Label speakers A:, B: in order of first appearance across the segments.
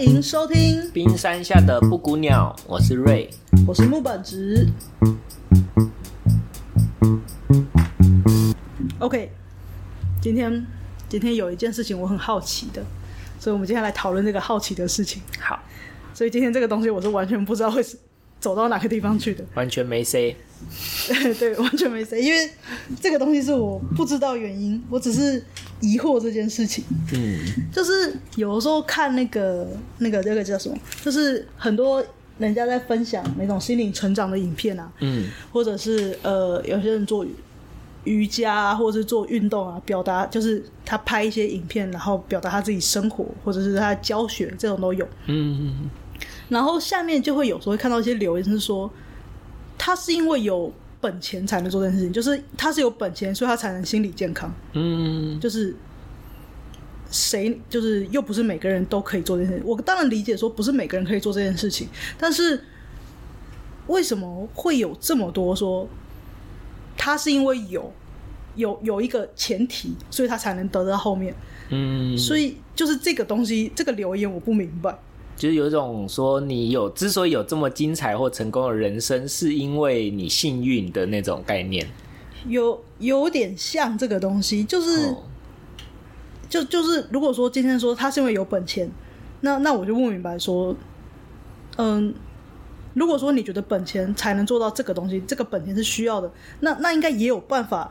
A: 迎收听，
B: 冰山下的布谷鸟，我是瑞。
A: 我是木本直。OK，今天今天有一件事情我很好奇的，所以我们接下来讨论这个好奇的事情。
B: 好，
A: 所以今天这个东西我是完全不知道会是走到哪个地方去的，
B: 完全没 C。
A: 对，完全没谁，因为这个东西是我不知道原因，我只是疑惑这件事情。
B: 嗯，
A: 就是有的时候看那个那个那个叫什么，就是很多人家在分享那种心灵成长的影片啊，
B: 嗯，
A: 或者是呃有些人做瑜瑜伽啊，或者是做运动啊，表达就是他拍一些影片，然后表达他自己生活或者是他教学这种都有。
B: 嗯，
A: 然后下面就会有时候会看到一些留言是说，他是因为有本钱才能做这件事情，就是他是有本钱，所以他才能心理健康。
B: 嗯，
A: 就是谁就是又不是每个人都可以做这件事。我当然理解说不是每个人可以做这件事情，但是为什么会有这么多说他是因为有有有一个前提，所以他才能得到后面？
B: 嗯，
A: 所以就是这个东西，这个留言我不明白。
B: 就是有一种说你有之所以有这么精彩或成功的人生，是因为你幸运的那种概念。
A: 有有点像这个东西，就是、
B: 哦
A: 就就是如果说今天说他是因为有本钱，那那我就不明白说，嗯，如果说你觉得本钱才能做到这个东西，这个本钱是需要的，那那应该也有办法，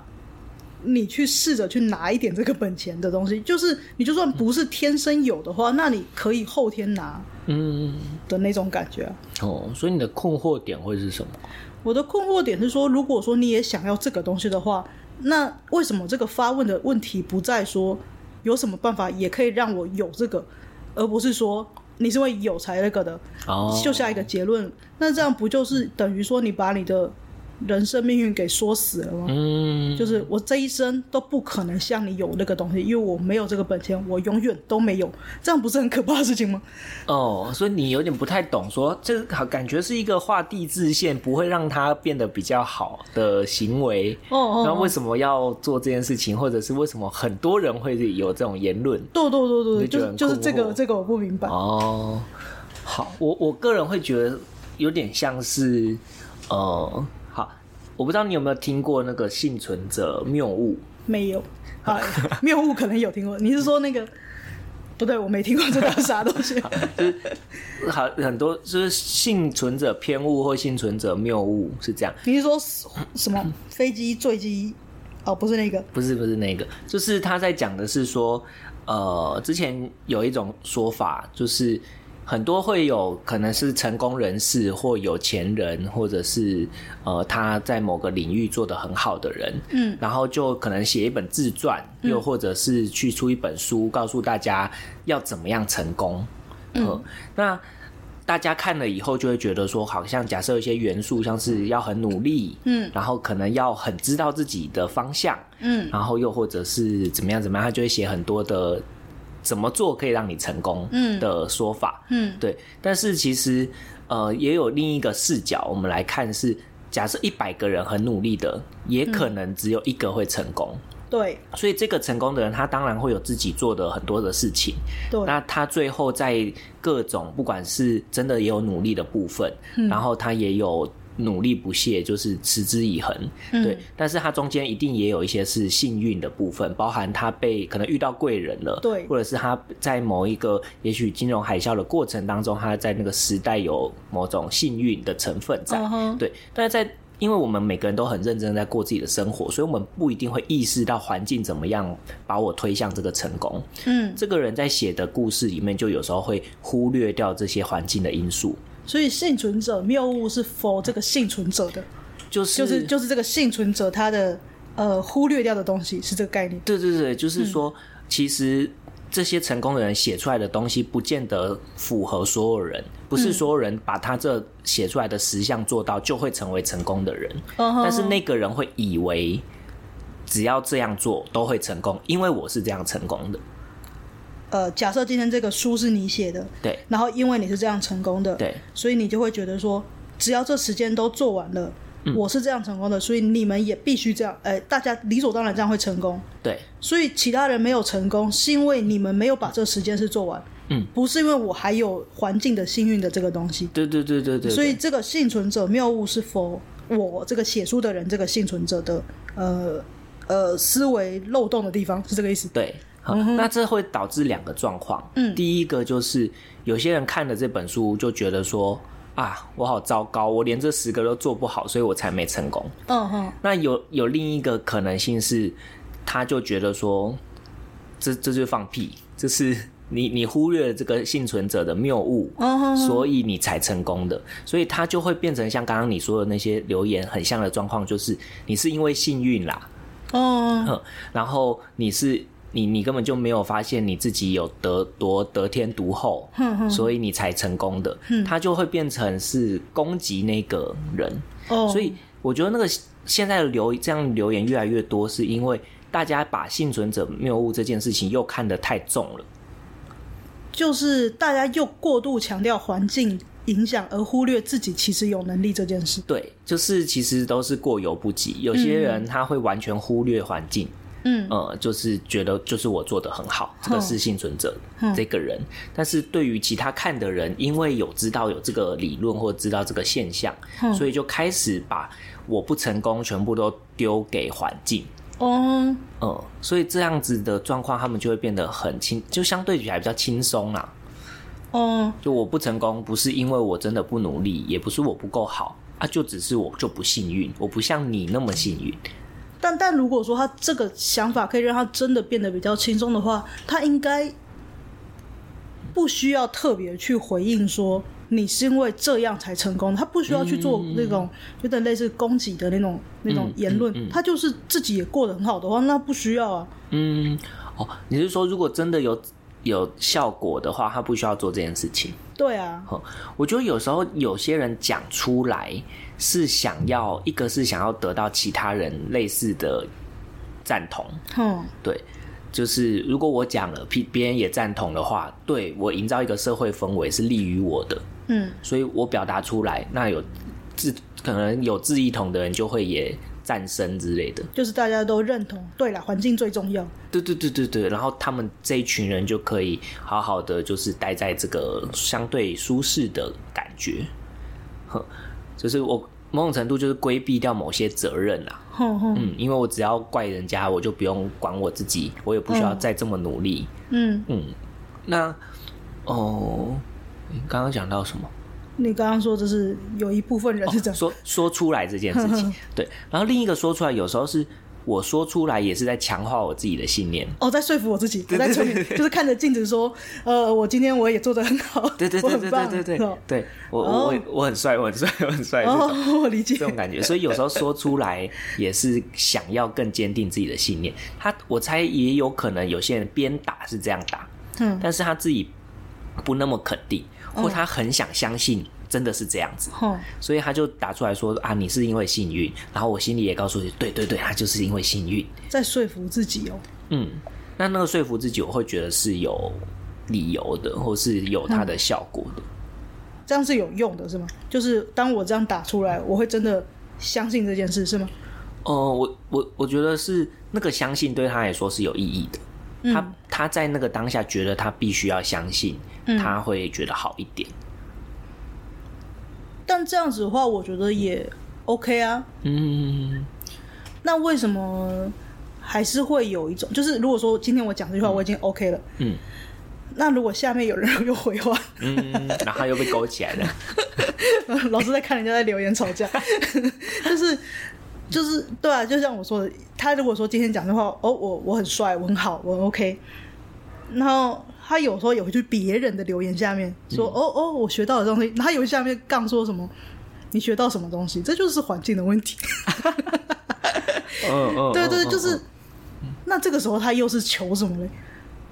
A: 你去试着去拿一点这个本钱的东西，就是你就算不是天生有的话，那你可以后天拿
B: 嗯，
A: 的那种感觉啊。
B: 哦，所以你的困惑点会是什么？
A: 我的困惑点是说，如果说你也想要这个东西的话，那为什么这个发问的问题不在说有什么办法也可以让我有这个，而不是说你是因为有才那个的，
B: 哦，
A: 就下一个结论？那这样不就是等于说你把你的人生命运给说死了吗？
B: 嗯，
A: 就是我这一生都不可能像你有那个东西，因为我没有这个本钱，我永远都没有，这样不是很可怕的事情吗？
B: 哦，所以你有点不太懂说，这个好感觉是一个画地自限，不会让它变得比较好的行为。
A: 哦哦，
B: 那
A: 哦
B: 为什么要做这件事情，或者是为什么很多人会有这种言论？
A: 对对对哦对，
B: 你觉
A: 就
B: 得
A: 是
B: 很
A: 就是
B: 困
A: 这个
B: 惑
A: 这个我不明白。
B: 哦，好，我我个人会觉得有点像是，呃，好，我不知道你有没有听过那个幸存者谬误。
A: 没 有啊，谬误可能有听过。你是说那个？不对，我没听过这叫啥东 西。
B: 好，很多就是幸存者偏误或幸存者谬误是这样，
A: 你是说什么飞机坠机？哦，不是那个。
B: 不是不是那个，就是他在讲的是说，呃，之前有一种说法，就是很多会有可能是成功人士或有钱人，或者是呃他在某个领域做得很好的人，
A: 嗯，
B: 然后就可能写一本自传，又或者是去出一本书，告诉大家要怎么样成功。嗯，那大家看了以后就会觉得说，好像假设有一些元素，像是要很努力，
A: 嗯
B: 然后可能要很知道自己的方向，
A: 嗯
B: 然后又或者是怎么样怎么样，他就会写很多的怎么做可以让你成功
A: 嗯
B: 的说法。
A: 嗯
B: 对，但是其实呃，也有另一个视角，我们来看是，假设一百个人很努力的，也可能只有一个会成功。
A: 对
B: 所以这个成功的人，他当然会有自己做的很多的事情。
A: 对，
B: 那他最后在各种不管是真的也有努力的部分，
A: 嗯
B: 然后他也有努力不懈，就是持之以恒，
A: 嗯
B: 对。但是他中间一定也有一些是幸运的部分，包含他被可能遇到贵人了，
A: 对
B: 或者是他在某一个也许金融海啸的过程当中，他在那个时代有某种幸运的成分在，
A: 嗯哼
B: 对。但是在因为我们每个人都很认真地在过自己的生活，所以我们不一定会意识到环境怎么样把我推向这个成功。
A: 嗯，
B: 这个人在写的故事里面，就有时候会忽略掉这些环境的因素，
A: 所以幸存者谬误是否这个幸存者的，
B: 就是
A: 就是就是这个幸存者他的呃忽略掉的东西是这个概念。
B: 对对对，
A: 嗯
B: 就是说，其实这些成功的人写出来的东西，不见得符合所有人，不
A: 嗯
B: 是所有人把他这写出来的十项做到，就会成为成功的人。
A: 嗯哼
B: 但是那个人会以为，只要这样做都会成功，因为我是这样成功的。
A: 呃，假设今天这个书是你写的，
B: 对
A: 然后因为你是这样成功的，
B: 对，
A: 所以你就会觉得说，只要这时间都做完了，
B: 嗯
A: 我是这样成功的，所以你们也必须这样，呃，大家理所当然这样会成功。
B: 对
A: 所以其他人没有成功，是因为你们没有把这时间是做完，
B: 嗯，
A: 不是因为我还有环境的幸运的这个东西，
B: 对对对对对，
A: 所以
B: 对
A: 这个幸存者谬误是否我这个写书的人这个幸存者的呃呃思维漏洞的地方是这个意思？
B: 对，好，那这会导致两个状况。
A: 嗯
B: 第一个就是有些人看了这本书就觉得说啊，我好糟糕，我连这十个都做不好，所以我才没成功。
A: 嗯哼，
B: 那有有另一个可能性是，他就觉得说，这这就是放屁，这是 你你忽略了这个幸存者的谬误。
A: 嗯哼，
B: 所以你才成功的，所以他就会变成像刚刚你说的那些留言很像的状况，就是你是因为幸运啦，
A: 嗯
B: 哼，然后你是你你根本就没有发现你自己有得多得天独厚，
A: 哼嗯哼
B: 所以你才成功的，他就会变成是攻击那个人，
A: 哦，
B: 所以我觉得那个现在的留这样留言越来越多，是因为大家把幸存者谬误这件事情又看得太重了。
A: 就是大家又过度强调环境影响，而忽略自己其实有能力这件事。
B: 对，就是其实都是过犹不及。有些人他会完全忽略环境，
A: 嗯
B: 呃，就是觉得就是我做的很好，这个是幸存者、
A: 嗯
B: 这个人。但是对于其他看的人，因为有知道有这个理论或知道这个现象，
A: 嗯
B: 所以就开始把我不成功全部都丢给环境。
A: 哦，
B: 嗯，所以这样子的状况，他们就会变得很轻，就相对起来比较轻松啦。
A: 哦，
B: 就我不成功，不是因为我真的不努力，也不是我不够好啊，就只是我就不幸运，我不像你那么幸运。
A: 但但如果说他这个想法可以让他真的变得比较轻松的话，他应该不需要特别去回应说你是因为这样才成功的，他不需要去做那种有点类似攻击的那种那种
B: 嗯
A: 言论，
B: 嗯嗯
A: 他就是自己也过得很好的话，那不需要啊。
B: 嗯，哦，你是说如果真的有有效果的话，他不需要做这件事情？
A: 对啊，
B: 哦，我觉得有时候有些人讲出来是想要，一个是想要得到其他人类似的赞同，
A: 哼，
B: 对，就是如果我讲了，别别人也赞同的话，对我营造一个社会氛围是利于我的，
A: 嗯
B: 所以我表达出来，那有志可能有志一同的人就会也赞声之类的。
A: 就是大家都认同，对啦，环境最重要。
B: 对对对对对，然后他们这一群人就可以好好的就是待在这个相对舒适的感觉，哼，就是我某种程度就是规避掉某些责任啦、
A: 哼哼，
B: 嗯，因为我只要怪人家，我就不用管我自己，我也不需要再这么努力。
A: 嗯，
B: 嗯，那哦，你刚刚讲到什么？
A: 你刚刚说就是有一部分人是这样，
B: 哦说说出来这件事 情，对。然后另一个说出来，有时候是我说出来也是在强化我自己的信念。
A: 哦，在说服我自己，我在催眠，就是看着镜子说，呃，我今天我也做的很好，
B: 对对
A: 我很
B: 对对
A: 棒，
B: 对对
A: 是
B: 对
A: 吧，
B: 对我
A: 哦
B: 我我我很帅，我很帅，我很帅这种
A: 哦，我理解
B: 这，种感觉。所以有时候说出来也是想要更坚定自己的信念。他我猜也有可能有些人边打是这样打，
A: 嗯，
B: 但是他自己不那么肯定，或他很想相信真的是这样子。
A: 哼，
B: 所以他就打出来说啊，你是因为幸运，然后我心里也告诉你，对对对，他就是因为幸运，
A: 在说服自己哦，
B: 嗯，那那个说服自己，我会觉得是有理由的，或是有它
A: 嗯
B: 的效果的。
A: 这样是有用的，是吗？就是当我这样打出来，我会真的相信这件事，是吗？
B: 哦，我我我觉得是那个相信对他来说是有意义的。
A: 嗯
B: 他他在那个当下觉得他必须要相信，
A: 嗯
B: 他会觉得好一点。
A: 但这样子的话，我觉得也 OK 啊。
B: 嗯，
A: 那为什么还是会有一种，就是如果说今天我讲这句话，我已经 OK 了，
B: 嗯，
A: 那如果下面有人 又回话，
B: 嗯，然后他又被勾起来了。
A: 老是在看人家在留言吵架， 就是就是对啊，就像我说的，他如果说今天讲的话，哦，我我很帅，我很好，我很 OK，然后他有时候也会去别人的留言下面
B: 嗯
A: 说，哦哦，我学到的东西，然后有下面杠说什么，你学到什么东西，这就是环境的问题，
B: 嗯嗯，
A: 对对，
B: 嗯
A: 就。是。那这个时候他又是求什么嘞？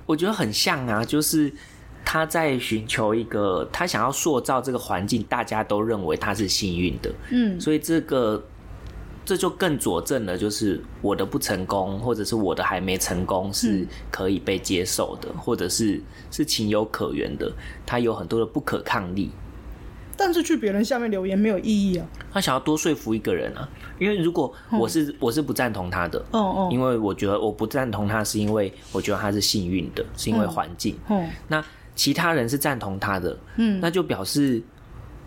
B: 我觉得很像啊，就是他在寻求一个，他想要塑造这个环境，大家都认为他是幸运的，
A: 嗯
B: 所以这个这就更佐证了，就是我的不成功，或者是我的还没成
A: 嗯
B: 功是可以被接受的，或者是是情有可原的，他有很多的不可抗力。
A: 但是去别人下面留言没有意义啊。
B: 他想要多说服一个人啊，因为如果我是、我是不赞同他的，
A: 嗯哦哦，嗯
B: 因为我觉得我不赞同他是因为我觉得他是幸运的，是因为环境。
A: 哦，
B: 那其他人是赞同他的，
A: 嗯
B: 那就表示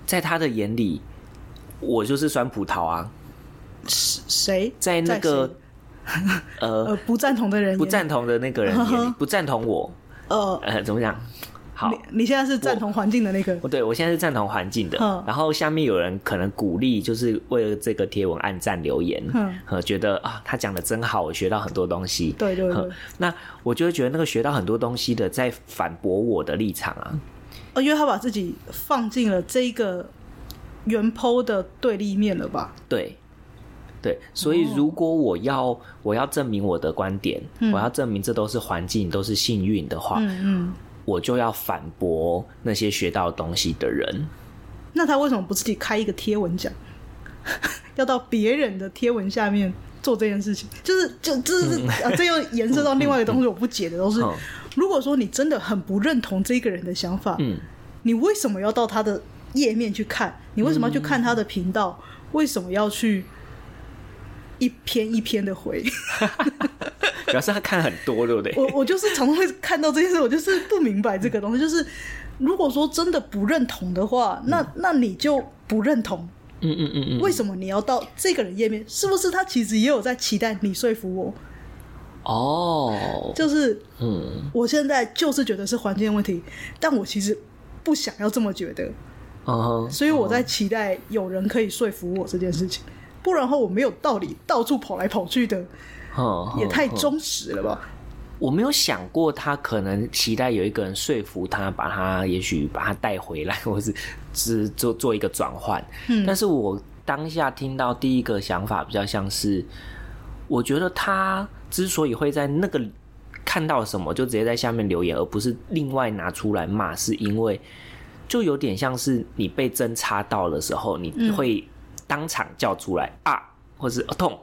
B: 在他的眼里，我就是酸葡萄啊。
A: 谁
B: 在那个
A: 谁
B: 呃
A: 呃不赞同的人
B: 不
A: 也
B: 赞同的那个人眼里， 不赞同我，
A: 呃，
B: 呃，怎么讲？好，
A: 你你现在是赞同环境的那个
B: 我对我现在是赞同环境的
A: 嗯，
B: 然后下面有人可能鼓励，就是为了这个贴文按赞留言
A: 嗯，
B: 呃，觉得啊他讲的真好，我学到很多东西。
A: 对对
B: 呃
A: 对，
B: 那我就会觉得那个学到很多东西的在反驳我的立场啊，
A: 哦，因为他把自己放进了这一个原剖的对立面了吧？
B: 对。对，所以如果我要、我要证明我的观点，我要证明这都是环境，都是幸运的话，
A: 哦嗯嗯嗯，
B: 我就要反驳那些学到东西的人。
A: 那他为什么不自己开一个贴文讲， 要到别人的贴文下面做这件事情？就是就这是啊，这又延伸到另外一个东西，我不解的都是
B: 嗯，
A: 如果说你真的很不认同这个人的想法，
B: 嗯，
A: 你为什么要到他的页面去看？你为什么要去看他的频道？
B: 嗯
A: 为什么要去一篇一篇的回？
B: 表示他看很多，对不对？
A: 我我就是常常会看到这件事，我就是不明白这个东西。就是如果说真的不认同的话，那那你就不认同。
B: 嗯嗯嗯嗯。
A: 为什么你要到这个人页面？是不是他其实也有在期待你说服我？
B: 哦，
A: 就是
B: 嗯
A: 我现在就是觉得是环境的问题，但我其实不想要这么觉得，
B: 嗯哼，
A: 所以我在期待有人可以说服我这件事情。不然的话，我没有道理到处跑来跑去的，
B: 嗯
A: 也太。
B: 嗯嗯
A: 忠实了吧？
B: 我没有想过他可能期待有一个人说服他，把他也许把他带回来，或是只做做一个转换。
A: 嗯
B: 但是我当下听到第一个想法比较像是，我觉得他之所以会在那个看到什么就直接在下面留言，而不是另外拿出来骂，是因为就有点像是你被针插到的时候，你会当场叫出来、啊，或是、哦、痛，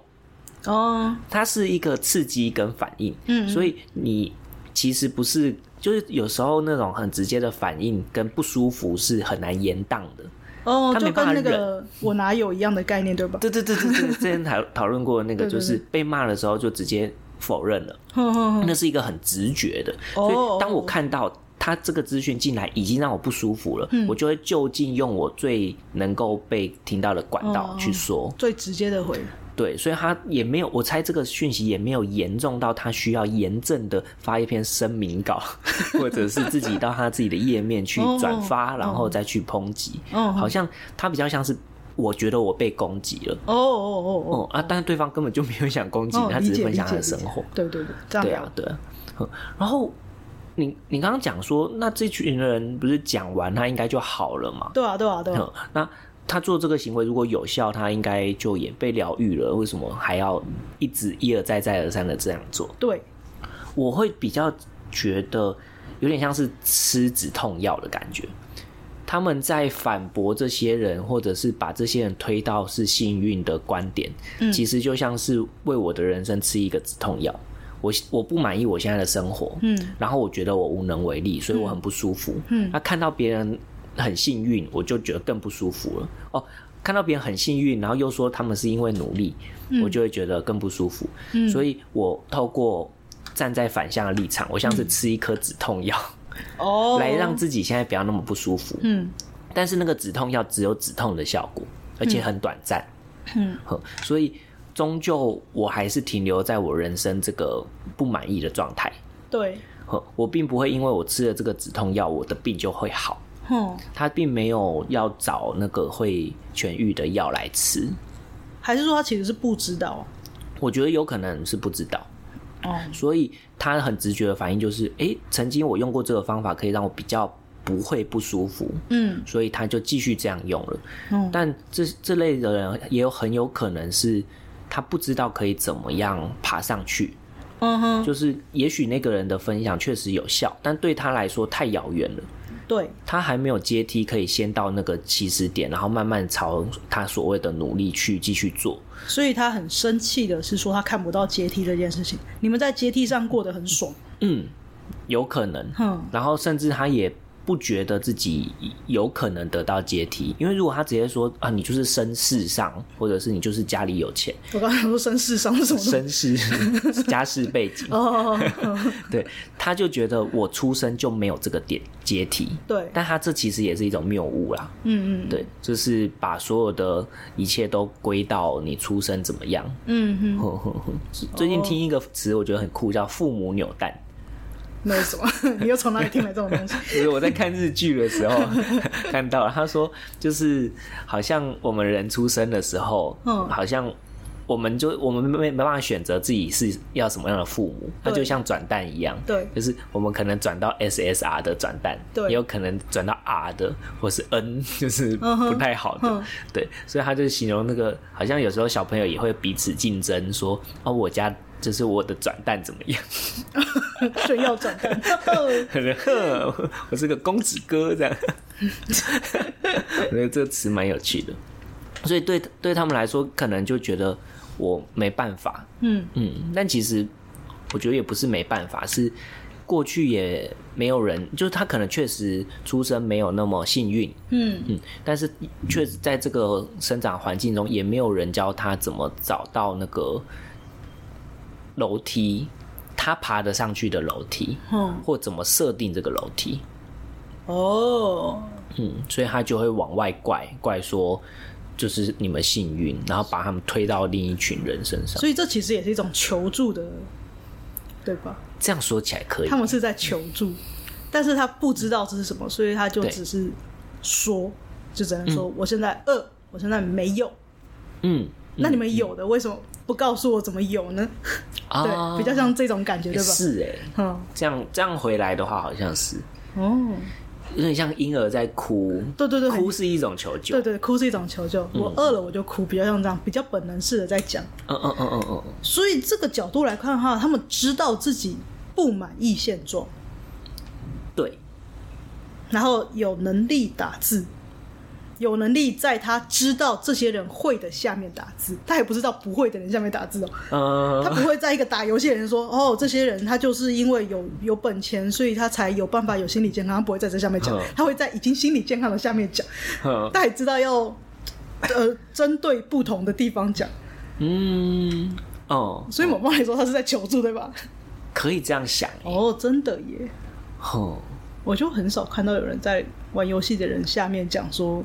A: 哦，
B: 它是一个刺激跟反应，
A: 嗯
B: 所以你其实不是，就是有时候那种很直接的反应跟不舒服是很难延宕的。
A: 哦，
B: 他没
A: 就
B: 办
A: 跟
B: 法
A: 那个我哪有一样的概念，对吧？
B: 对对对对对，之前讨讨论过那个，
A: 对对
B: 就是被骂的时候就直接否认了，
A: 哼哼哼
B: 那是一个很直觉的。
A: 哦
B: 所以当我看到他这个资讯进来已经让我不舒服了，我就会就近用我最能够被听到的管道
A: 哦
B: 去说。
A: 最直接的回。
B: 对，所以他也没有，我猜这个讯息也没有严重到他需要严正的发一篇声明稿，或者是自己到他自己的页面去
A: 哦
B: 转发，
A: 哦
B: 然后再去抨击。
A: 哦
B: 好像他比较像是，我觉得我被攻击了。
A: 哦哦哦哦，
B: 哦啊，但是对方根本就没有想攻击你，
A: 哦
B: 他
A: 理
B: 只是
A: 解
B: 分
A: 理
B: 享他
A: 解
B: 的生
A: 理。
B: 活
A: 解对对对，这样
B: 对
A: 聊
B: 啊，对啊。嗯然后你你刚刚讲说，那这群人不是讲完他应该就好了嘛？
A: 对啊对啊对啊，
B: 嗯，那他做这个行为如果有效，他应该就也被疗愈了。为什么还要一直一而再、再而三的这样做？
A: 对，
B: 我会比较觉得有点像是吃止痛药的感觉。他们在反驳这些人，或者是把这些人推到是幸运的观点，其实就像是为我的人生吃一个止痛药。我我不满意我现在的生活，
A: 嗯，
B: 然后我觉得我无能为力，所以我很不舒服。
A: 嗯
B: 那看到别人很幸运，我就觉得更不舒服了。哦，看到别人很幸运，然后又说他们是因为努力，我就会觉得更不舒服。
A: 嗯
B: 所以我透过站在反向的立场，我像是吃一颗止痛药，
A: 嗯哦，
B: 来让自己现在不要那么不舒服。
A: 嗯
B: 但是那个止痛药只有止痛的效果，而且很短暂。
A: 嗯
B: 呵，所以终究我还是停留在我人生这个不满意的状态。
A: 对，
B: 呵，我并不会因为我吃了这个止痛药，我的病就会好。
A: 哼，
B: 他并没有要找那个会痊愈的药来吃，
A: 还是说他其实是不知道
B: 我觉得有可能是不知道，
A: 哦，
B: 所以他很直觉的反应就是，诶、曾经我用过这个方法，可以让我比较不会不舒服，
A: 嗯
B: 所以他就继续这样用了。
A: 嗯
B: 但这这类的人也有很有可能是他不知道可以怎么样爬上去，
A: 嗯哼，
B: 就是也许那个人的分享确实有效，但对他来说太遥远了。
A: 对，
B: 他还没有阶梯可以先到那个起始点，然后慢慢朝他所谓的努力去继续做。
A: 所以他很生气的是说他看不到阶梯这件事情，你们在阶梯上过得很爽，
B: 嗯，有可能。
A: 哼，
B: 然后甚至他也不觉得自己有可能得到阶梯，因为如果他直接说啊，你就是身世上，或者是你就是家里有钱，
A: 我刚才说绅士上是什么东西？
B: 身世 家世背景，
A: 哦，哦哦
B: 对，他就觉得我出生就没有这个点阶梯，
A: 对，
B: 但他这其实也是一种谬误啦，
A: 嗯嗯
B: 对，就是把所有的一切都归到你出生怎么样。
A: 嗯嗯，
B: 最近听一个词，我觉得很酷，叫“父母扭蛋”。
A: 没有什么， 你又从哪里听来这种东西？
B: 就是我在看日剧的时候 看到了，他说就是好像我们人出生的时候，
A: 嗯
B: 好像我们就我们没没办法选择自己是要什么样的父母，那
A: 对
B: 就像转蛋一样，
A: 对
B: 就是我们可能转到 SSR 的转蛋，
A: 对
B: 也有可能转到 R 的或是 N，就是
A: 嗯哼
B: 不太好的，
A: 嗯
B: 对，所以他就形容那个好像有时候小朋友也会彼此竞争说，哦，我家就是我的转蛋怎么样。
A: 炫耀转 蛋，
B: 可能呵 我是个公子哥这样。我觉得这个词蛮有趣的，所以对对他们来说，可能就觉得我没办法，
A: 嗯，
B: 嗯，但其实我觉得也不是没办法，是过去也没有人，就是他可能确实出生没有那么幸运，
A: 嗯
B: 嗯，但是确实在这个生长环境中，也没有人教他怎么找到那个楼梯，他爬得上去的楼梯，
A: 嗯，
B: 或怎么设定这个楼梯，
A: 哦，
B: 嗯，所以他就会往外怪怪说，就是你们幸运，然后把他们推到另一群人身上。
A: 所以这其实也是一种求助的，对吧？
B: 这样说起来可以
A: 他，们是在求助，但是他不知道这是什么，所以他就
B: 对
A: 只是说，就只能说、我现在饿，我现在没有。
B: 嗯，
A: 那你们有的为什么不告诉我怎么有呢？
B: 啊，
A: 对，比较像这种感觉，对吧？
B: 是哎、
A: 嗯，
B: 这样这样回来的话，好像是
A: 哦，
B: 有点像婴儿在哭，
A: 对对对，很
B: 哭是嗯一种求救，
A: 对对，哭是一种求救。我饿了我就哭，比较像这样，比较本能式的在讲。
B: 嗯嗯嗯嗯嗯，嗯
A: 所以这个角度来看的话，他们知道自己不满意现状，
B: 对，
A: 然后有能力打字，有能力在他知道这些人会的下面打字，他也不知道不会的人下面打字哦，
B: 嗯
A: 他不会在一个打游戏的人说，哦，这些人他就是因为有有本钱，所以他才有办法有心理健康，他不会在这下面讲
B: 嗯，
A: 他会在已经心理健康的下面讲，
B: 嗯
A: 他也知道要。呃，针对不同的地方讲，
B: 嗯哦，
A: 所以某方面来说，他是在求助，对吧？
B: 可以这样想欸，
A: 哦，真的耶，
B: 哦，
A: 我就很少看到有人在玩游戏的人下面讲说，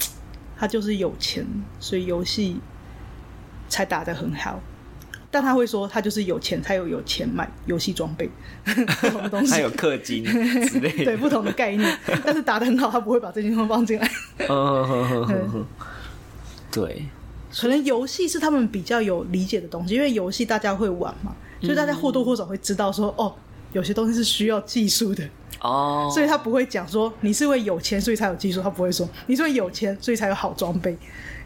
A: 嘖他就是有钱，所以游戏才打得很好。但他会说，他就是有钱才有有钱买游戏装备， 不同的东
B: 还
A: 西
B: 有，氪金之类 的，
A: 对不同的概念。但是打得很好，他不会把这些东西放进来。
B: 嗯哼哼哼哼对，
A: 可能游戏是他们比较有理解的东西，因为游戏大家会玩嘛，所以大家或多或少会知道说，哦，有些东西是需要技术的。
B: 哦，
A: 所以他不会讲说你是因为有钱所以才有技术，他不会说你是因为有钱所以才有好装备，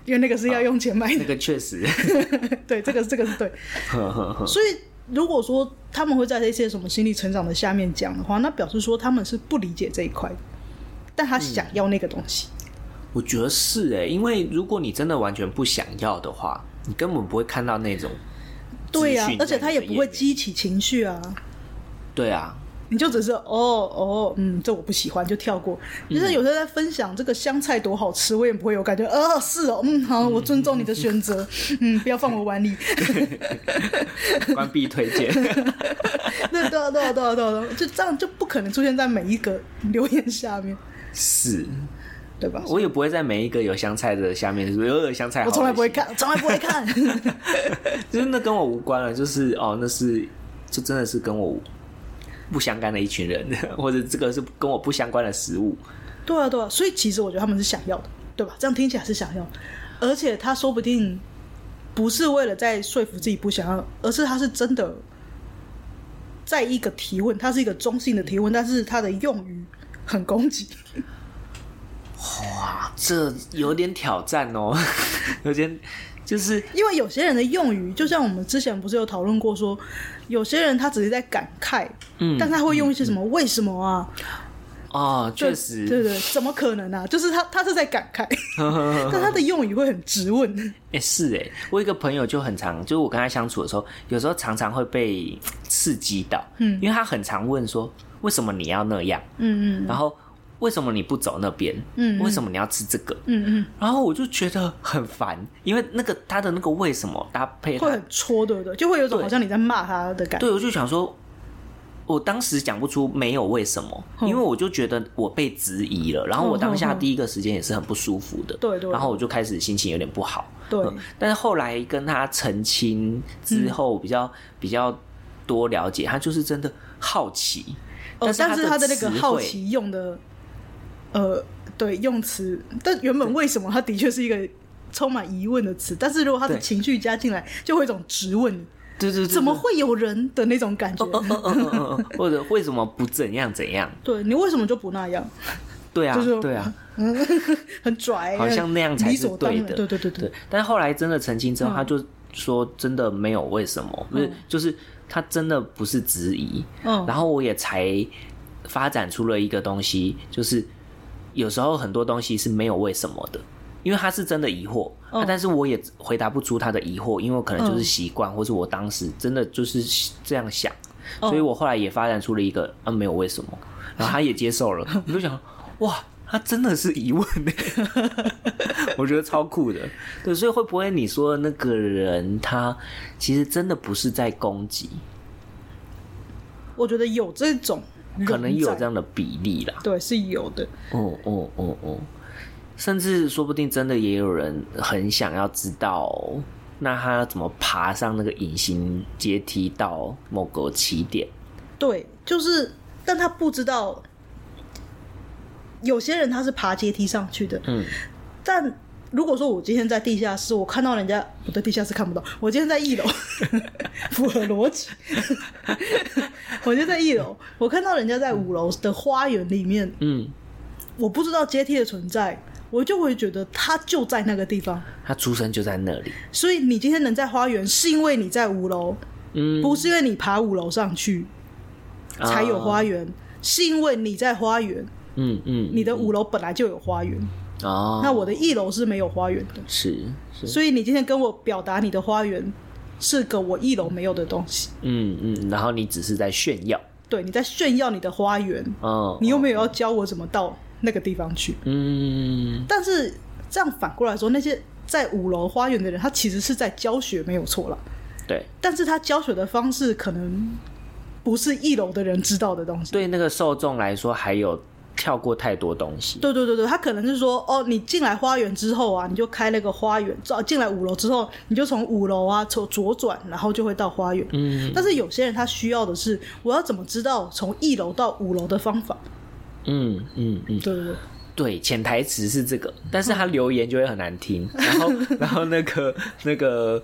A: 因为那个是要用钱买
B: 那
A: 的。
B: 个确实， 哦
A: 对，这个这个是对。
B: 呵呵呵
A: 所以如果说他们会在一些什么心理成长的下面讲的话，那表示说他们是不理解这一块的，但他想要那个东西。
B: 我觉得是哎，因为如果你真的完全不想要的话，你根本不会看到那种
A: 对呀、
B: 嗯资讯啊
A: 而且他也
B: 在你的
A: 不会
B: 页面
A: 激起情绪啊。
B: 对啊，
A: 你就只是哦哦，嗯，这我不喜欢，就跳过。就是有些人在分享这个香菜多好吃，我也不会有感觉，呃，是哦，嗯，好，我尊重你的选择，嗯，不要放我碗里。
B: 关闭推 荐，
A: 对对啊对啊对啊对啊对啊，就这样就不可能出现在每一个留言下面，
B: 是
A: 对吧？
B: 我也不会在每一个有香菜的下面说呃香菜好，
A: 我从来不会，看，从来不会 看。
B: 就是那跟我无关了，就是哦那是就真的是跟我不相干的一群人， 或者这个是跟我不相关的食物，
A: 对啊对啊，所以其实我觉得他们是想要的，对吧？这样听起来是想要的，而且他说不定不是为了在说服自己不想要，而是他是真的在一个提问，他是一个中性的提问，但是他的用语很攻击。
B: 哇，啊这有点挑战哦， 有点就是
A: 因为有些人的用语，就像我们之前不是有讨论过说有些人他只是在感慨，
B: 嗯
A: 但他会用一些什么“为什么啊”
B: 哦，
A: 对
B: 确实，
A: 对对，怎么可能啊？就是他他是在感 慨，但他的用语会很直问。
B: 哎、是哎、我有一个朋友就很常，就是我跟他相处的时候，有时候常常会被刺激到，
A: 嗯
B: 因为他很常问说为什么你要那样，
A: 嗯嗯，
B: 然后为什么你不走那边？
A: 嗯嗯
B: 为什么你要吃这个？
A: 嗯
B: 然后我就觉得很烦，因为那个他的那个为什么搭配
A: 嗯，
B: 他
A: 会很戳，对不对？就会有一种
B: 对
A: 好像你在骂他的感觉。
B: 对，我就想说，我当时讲不出没有为什么，
A: 嗯
B: 因为我就觉得我被质疑了，然后我当下
A: 嗯嗯嗯
B: 第一个时间也是很不舒服的，
A: 对对
B: 然后我就开始心情有点不好，
A: 对
B: 嗯但是后来跟他澄清之
A: 嗯
B: 后，比较比较多了解，他就是真的好奇，
A: 哦，但是他的那
B: 词
A: 个
B: 汇
A: 好奇用的，呃，对，用词，但原本为什么他的确是一个充满疑问的词，但是如果他的
B: 对
A: 情绪加进来，就会有一种质问，
B: 对对对，
A: 怎么
B: 对？
A: 会有人的那种感觉？
B: 嗯嗯嗯嗯或者为什么不怎样怎样？
A: 对你为什么就不那样？
B: 对啊，
A: 就是
B: 对啊，
A: 很拽、
B: 好像那样才
A: 理
B: 是
A: 所当
B: 对
A: 然
B: 的。
A: 对对对
B: 对，但后来真的澄清之后，他就说真的没有为什么，不是
A: 嗯
B: 就是他真的不是质疑。
A: 嗯
B: 然后我也才发展出了一个东西，就是有时候很多东西是没有为什么的。因为他是真的疑惑、
A: 嗯
B: 啊但是我也回答不出他的疑惑，因为我可能就是
A: 嗯
B: 习惯，或是我当时真的就是这样想，
A: 嗯
B: 所以我后来也发展出了一个啊没有为什么，然后他也接 受了，我就想哇，他真的是疑问呢， 我觉得超酷的。对，所以会不会你说的那个人他其实真的不是在攻击，
A: 我觉得有这种人
B: 可能有
A: 在
B: 这样的比例啦。
A: 对是有的，
B: 哦哦哦哦，甚至说不定真的也有人很想要知道，那他要怎么爬上那个隐形阶梯到某个起点？
A: 对，就是，但他不知道，有些人他是爬阶梯上去的，
B: 嗯，
A: 但如果说我今天在地下室，我看到人家我在地下室看不到，我今天在一楼，符合逻辑。我就在一楼，我看到人家在五楼的花园里面，
B: 嗯，
A: 我不知道阶梯的存在，我就会觉得他就在那个地方。
B: 他出生就在那里。
A: 所以你今天能在花园，是因为你在五楼，
B: 嗯，
A: 不是因为你爬五楼上去才有花
B: 园。
A: 园，是因为你在花园，
B: 嗯嗯，
A: 你的
B: 嗯
A: 五楼本来就有花园，
B: 哦，
A: 那我的一楼是没有花园的。
B: 是是，
A: 所以你今天跟我表达你的花园是个我一楼没有的东西，
B: 嗯嗯，然后你只是在炫耀，
A: 对，你在炫耀你的花园，
B: 哦，
A: 你又没有要教我怎么到那个地方去。
B: 嗯，
A: 但是这样反过来说，那些在五楼花园的人，他其实是在教学，没有错了。
B: 对
A: 但是他教学的方式可能不是一楼的人知道的东西。
B: 对，那个受众来说还有跳过太多东西，
A: 对对对对，他可能是说，哦，你进来花园之后啊，你就开那个花园，哦，进来五楼之后，你就从五楼啊从左转，然后就会到花园。
B: 嗯
A: 但是有些人他需要的是，我要怎么知道从一楼到五楼的方法？
B: 嗯嗯嗯，
A: 对对对，
B: 对，潜台词是这个，但是他留言就会很难 听，然后然后那个那个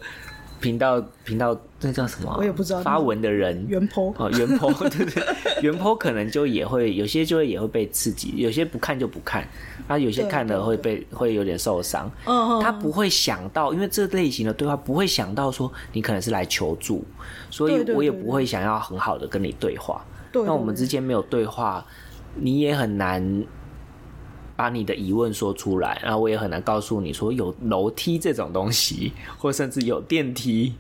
B: 频道频道那叫什么啊？
A: 我也不知道
B: 发文的人
A: 原剖
B: 哦， 原 po 对对，原 po 可能就也会有些就会也会被刺激，有些不看就不看，啊，有些
A: 对
B: 看了
A: 对
B: 会被会有点受伤。
A: 嗯
B: 他不会想到，因为这类型的对话不会想到说你可能是来求助，所
A: 对
B: 以
A: 对
B: 我也
A: 对
B: 不会想要很好的跟你对话。
A: 对对
B: 那我们
A: 对
B: 之间没有对话，你也很难把你的疑问说出来，然后我也很难告诉你说有楼梯这种东西，或甚至有电梯，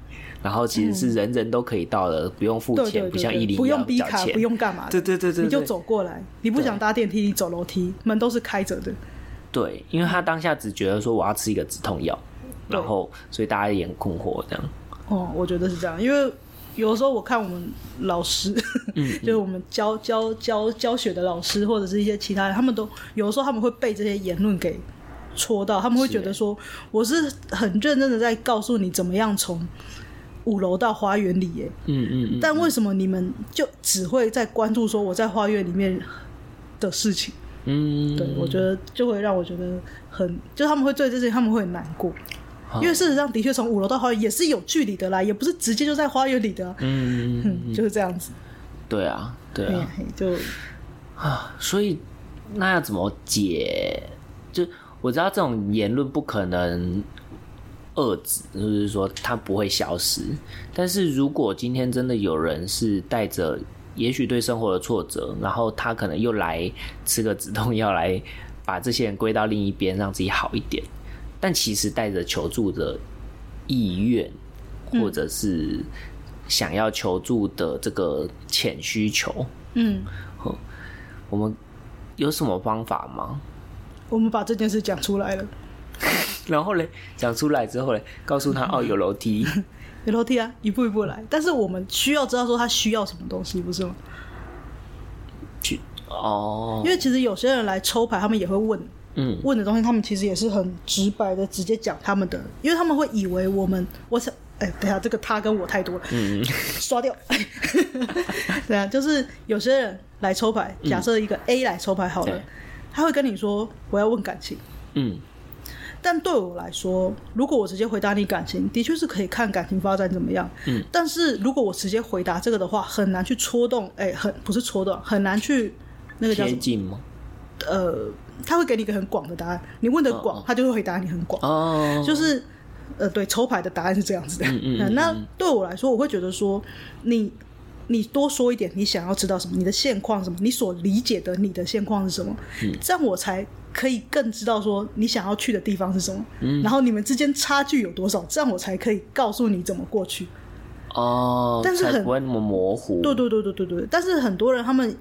B: 然后其实是人人都可以到的，不用付
A: 对对
B: 钱，
A: 嗯对
B: 不像
A: 对
B: 一零
A: 不
B: 一要
A: 用逼
B: 交
A: 卡，
B: 钱，
A: 不用干嘛的，
B: 对对对对，
A: 你就
B: 对
A: 走过来。你不想搭电梯，你走楼梯，门都是开着的。
B: 对，因为他当下只觉得说我要吃一个止痛药，
A: 对
B: 然后所以大家也很困惑这样。
A: 哦，我觉得是这样，因为有的时候我看我们老师，
B: 嗯
A: 就是我们教教教教学的老师，或者是一些其他人，他们都有的时候他们会被这些言论给戳到，他们会觉得说我是很认真的在告诉你怎么样从五楼到花园里耶，
B: 嗯嗯嗯，
A: 但为什么你们就只会在关注说我在花园里面的事情？
B: 嗯，
A: 对，我觉得就会让我觉得很，就他们会对这些他们会很难过，
B: 好
A: 因为事实上的确从五楼到花园也是有距离的啦，也不是直接就在花园里的啊、
B: 嗯，嗯
A: 嗯，就是这样子，
B: 对啊，对
A: 对
B: 啊，，
A: 嘿就
B: 啊，所以那要怎么解？就我知道这种言论不可能遏制，就是说它不会消失。但是如果今天真的有人是带着也许对生活的挫折，然后他可能又来吃个止痛药来把这些人归到另一边，让自己好一点，但其实带着求助的意愿，或者是想要求助的这个潜需求，
A: 嗯，
B: 我们有什么方法吗？
A: 我们把这件事讲出来了，
B: 然后嘞，讲出来之后嘞，告诉他哦，有楼梯。
A: 有楼梯啊，一步一步来。但是我们需要知道说他需要什么东西，不是吗？
B: 去哦，
A: 因为其实有些人来抽牌，他们也会问
B: 嗯
A: 问的东西，他们其实也是很直白的，直接讲他们的，因为他们会以为我们我想，哎、等一下这个他跟我太多了，
B: 嗯，
A: 刷掉。对啊，就是有些人来抽牌，假设一个 A 来抽牌好了，
B: 对
A: 他会跟你说我要问感情，
B: 嗯
A: 但对我来说，如果我直接回答你感情，的确是可以看感情发展怎么样。
B: 嗯，
A: 但是如果我直接回答这个的话，很难去戳动，哎、很不是戳动，很难去那个叫什
B: 贴
A: 么？
B: 近吗？
A: 呃，他会给你一个很广的答案，你问的广，
B: 哦哦
A: 他就会回答你很广。
B: 哦，
A: 就是呃，对，抽牌的答案是这样子的。
B: 嗯嗯嗯嗯
A: 那对我来说，我会觉得说，你你多说一点，你想要知道什么，你的现况是什么，你所理解的你的现况是什么，
B: 嗯
A: 这样我才可以更知道说你想要去的地方是什么，
B: 嗯
A: 然后你们之间差距有多少，这样我才可以告诉你怎么过去。
B: 哦，
A: 但是
B: 才
A: 很
B: 不会那么模糊。
A: 对对对对对对。但是很多人他们，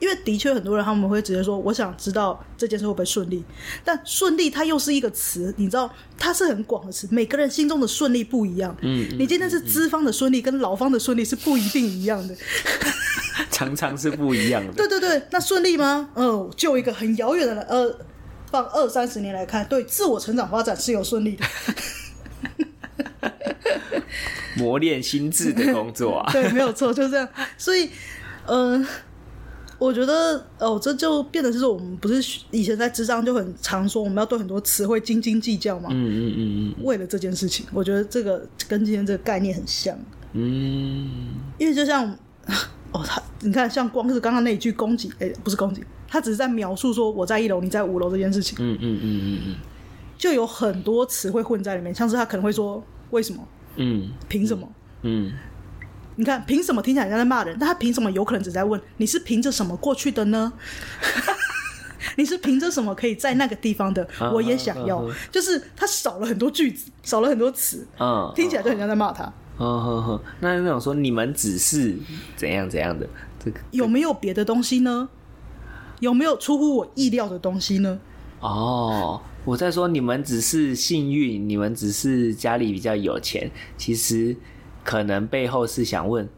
A: 因为的确很多人他们会直接说，我想知道这件事会不会顺利。但顺利它又是一个词，你知道，它是很广的词，每个人心中的顺利不一样。
B: 嗯，嗯
A: 你今天是资方的顺利，跟劳方的顺利是不一定一样的。
B: 常常是不一样的。
A: 对对对，那顺利吗？嗯，就一个很遥远的呃，放二三十年来看，对自我成长发展是有顺利的。
B: 磨练心智的工作啊。
A: 对，没有错，就这 样。所以，嗯、我觉得哦，这就变得是我们不是以前在职场就很常说我们要对很多词汇斤斤计较嘛。
B: 嗯嗯嗯
A: 为了这件事情，我觉得这个跟今天这个概念很像，
B: 嗯
A: 因为就像 哦，他你看，像光是刚刚那一句攻击，哎、不是攻击，他只是在描述说我在一楼，你在五楼这件事情，
B: 嗯嗯嗯嗯
A: 就有很多词汇混在里面，像是他可能会说为什么，
B: 嗯
A: 凭什么。
B: 嗯
A: 你看，凭什么听起来像在骂人？但他凭什么有可能只在问你是凭着什么过去的呢？ 你是凭着什么可以在那个地方的？
B: 啊
A: 我也想要
B: 啊啊，
A: 就是他少了很多句子，少了很多词，
B: 嗯，
A: 听起来就很像在骂他。
B: 哦呵呵，那那种说你们只是怎样怎样的，这个
A: 有没有别的东西呢？有没有出乎我意料的东西呢？
B: 哦，我在说你们只是幸运，你们只是家里比较有钱，其实可能背后是想问，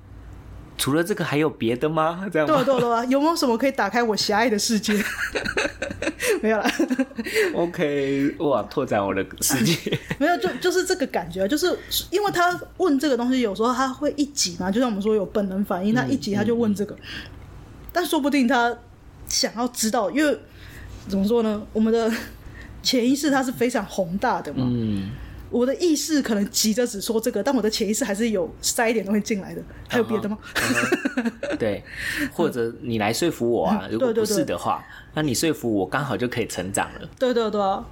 B: 除了这个还有别的吗？ 这样
A: 对啊
B: 吗？
A: 对啊对啊，有没有什么可以打开我狭隘的世界？ 没有啦。
B: OK，哇，拓展我的世界。
A: 没有，就就是这个感觉，啊就是因为他问这个东西，有时候他会一急嘛，就像我们说有本能反应，他一急他就问这个，但说不定他想要知道，因为怎么说呢，我们的 潜意识它是非常宏大的嘛，
B: 嗯，
A: 我的意识可能急着只说这个，但我的潜意识还是有塞一点东西进来的，还有别的吗？
B: 对，或者你来说服我啊，如果
A: 对对
B: 不是
A: 对
B: 的话，那你说服我刚好就可以成长了。
A: 对对对啊，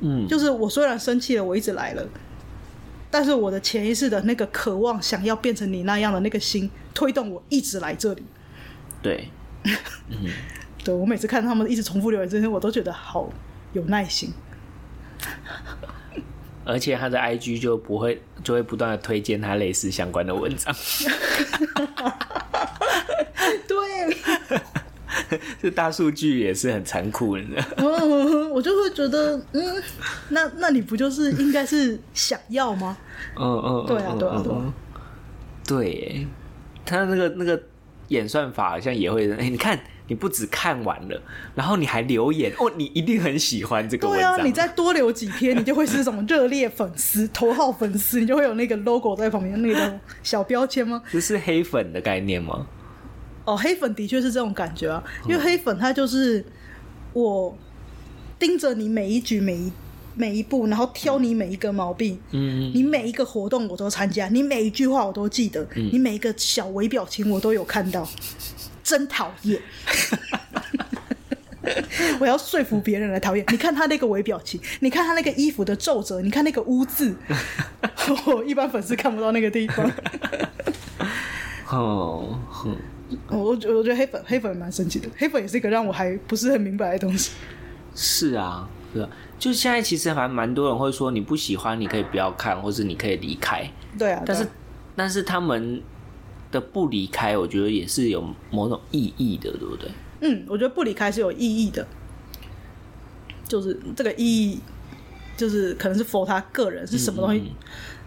B: 嗯，
A: 就是我虽然生气了，我一直来了。但是我的潜意识的那个渴望，想要变成你那样的那个心，推动我一直来这里。
B: 对，
A: 对我每次看他们一直重复留言这些，我都觉得好有耐心。
B: 而且他的 IG 就不会就会不断的推荐他类似相关的文章，
A: 对，
B: 这大数据也是很残酷的。
A: 我 我就会觉得，嗯，那那你不就是应该是想要吗？
B: 嗯嗯，嗯
A: 对啊对啊
B: 嗯
A: 对啊
B: 嗯对耶，他那个那个演算法好像也会，哎、你看你不止看完了，然后你还留言，哦，你一定很喜欢这个文
A: 对
B: 章，
A: 啊，你再多留几天，你就会是什么热烈粉丝、 头号粉丝，你就会有那个 logo 在旁边，那个小标签吗？
B: 这是黑粉的概念吗？
A: 哦，黑粉的确是这种感觉啊，
B: 嗯
A: 因为黑粉他就是我盯着你每一举每一每一步，然后挑你每一个毛病，
B: 嗯，
A: 你每一个活动我都参加，你每一句话我都记得，
B: 嗯
A: 你每一个小微表情我都有看到，真讨厌。 我要说服别人来讨厌。你看他那个微表情，你看他那个衣服的皱褶，你看那个污渍， 我一般粉丝看不到那个地方。嗯
B: 哦，哼
A: 我我觉我觉得黑粉黑粉蛮神奇的，黑粉也是一个让我还不是很明白的东西。
B: 是啊，对啊，就现在其实还蛮多人会说，你不喜欢你可以不要看，或是你可以离开，
A: 对啊，
B: 但是
A: 对啊
B: 但是他们的不离开，我觉得也是有某种意义的，对不对？
A: 嗯，我觉得不离开是有意义的，就是这个意义，就是可能是否他个人是什么东西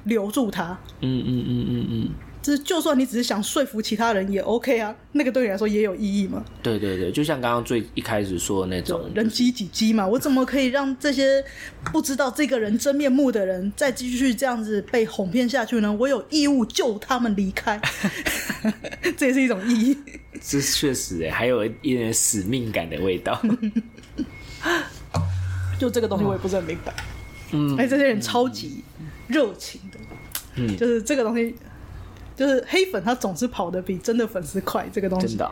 A: 留住他，
B: 嗯嗯嗯嗯嗯，
A: 就是就算你只是想说服其他人也 OK 啊，那个对你来说也有意义嘛，
B: 对对对，就像刚刚最一开始说的那种，
A: 人机几机嘛，我怎么可以让这些不知道这个人真面目的人再继续这样子被哄骗下去呢？我有义务救他们离 开， 这也是一种意义。
B: 这确实哎，还有一点使命感的 味道。
A: 就这个东西我也不是很明白。嗯，哎，这些人超级热情的，
B: 嗯
A: 就是这个东西，就是黑粉他总是跑得比真的粉丝快，这个东
B: 真
A: 西
B: 的 哦、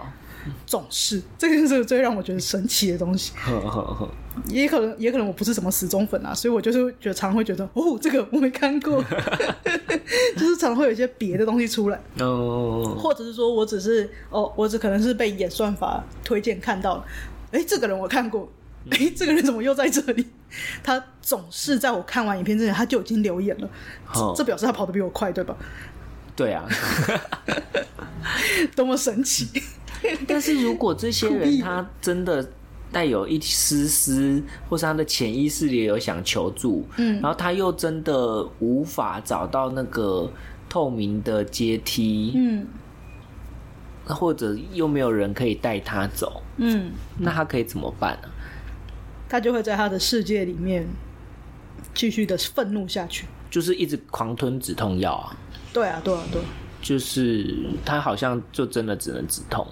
A: 总是，这个就是最让我觉得神奇的东西。
B: 呵呵呵
A: 也可能也可能我不是什么死忠粉啊，所以我就是觉得常常会觉得哦，这个我没看 过，就是常常会有一些别的东西出来，
B: 哦，
A: 或者是说我只是哦，我只可能是被演算法推荐看到了，哎，这个人我看过，哎，这个人怎么又在这里？ 他总是在我看完影片之前他就已经留言了，
B: 哦
A: 这表示他跑得比我快，对吧？
B: 对啊。
A: 多么神奇！
B: 但是如果这些
A: 故
B: 人
A: 意的
B: 他真的带有一丝丝，或是他的潜意识里有想求助，嗯，然后他又真的无法找到那个透明的阶梯，
A: 嗯
B: 或者又没有人可以带他走，
A: 嗯，
B: 那他可以怎么办呢、
A: 他就会在他的世界里面继续的愤怒下去。
B: 就是一直狂吞止痛药啊，
A: 对啊，对啊，对啊
B: 就是他好像就真的只能止痛，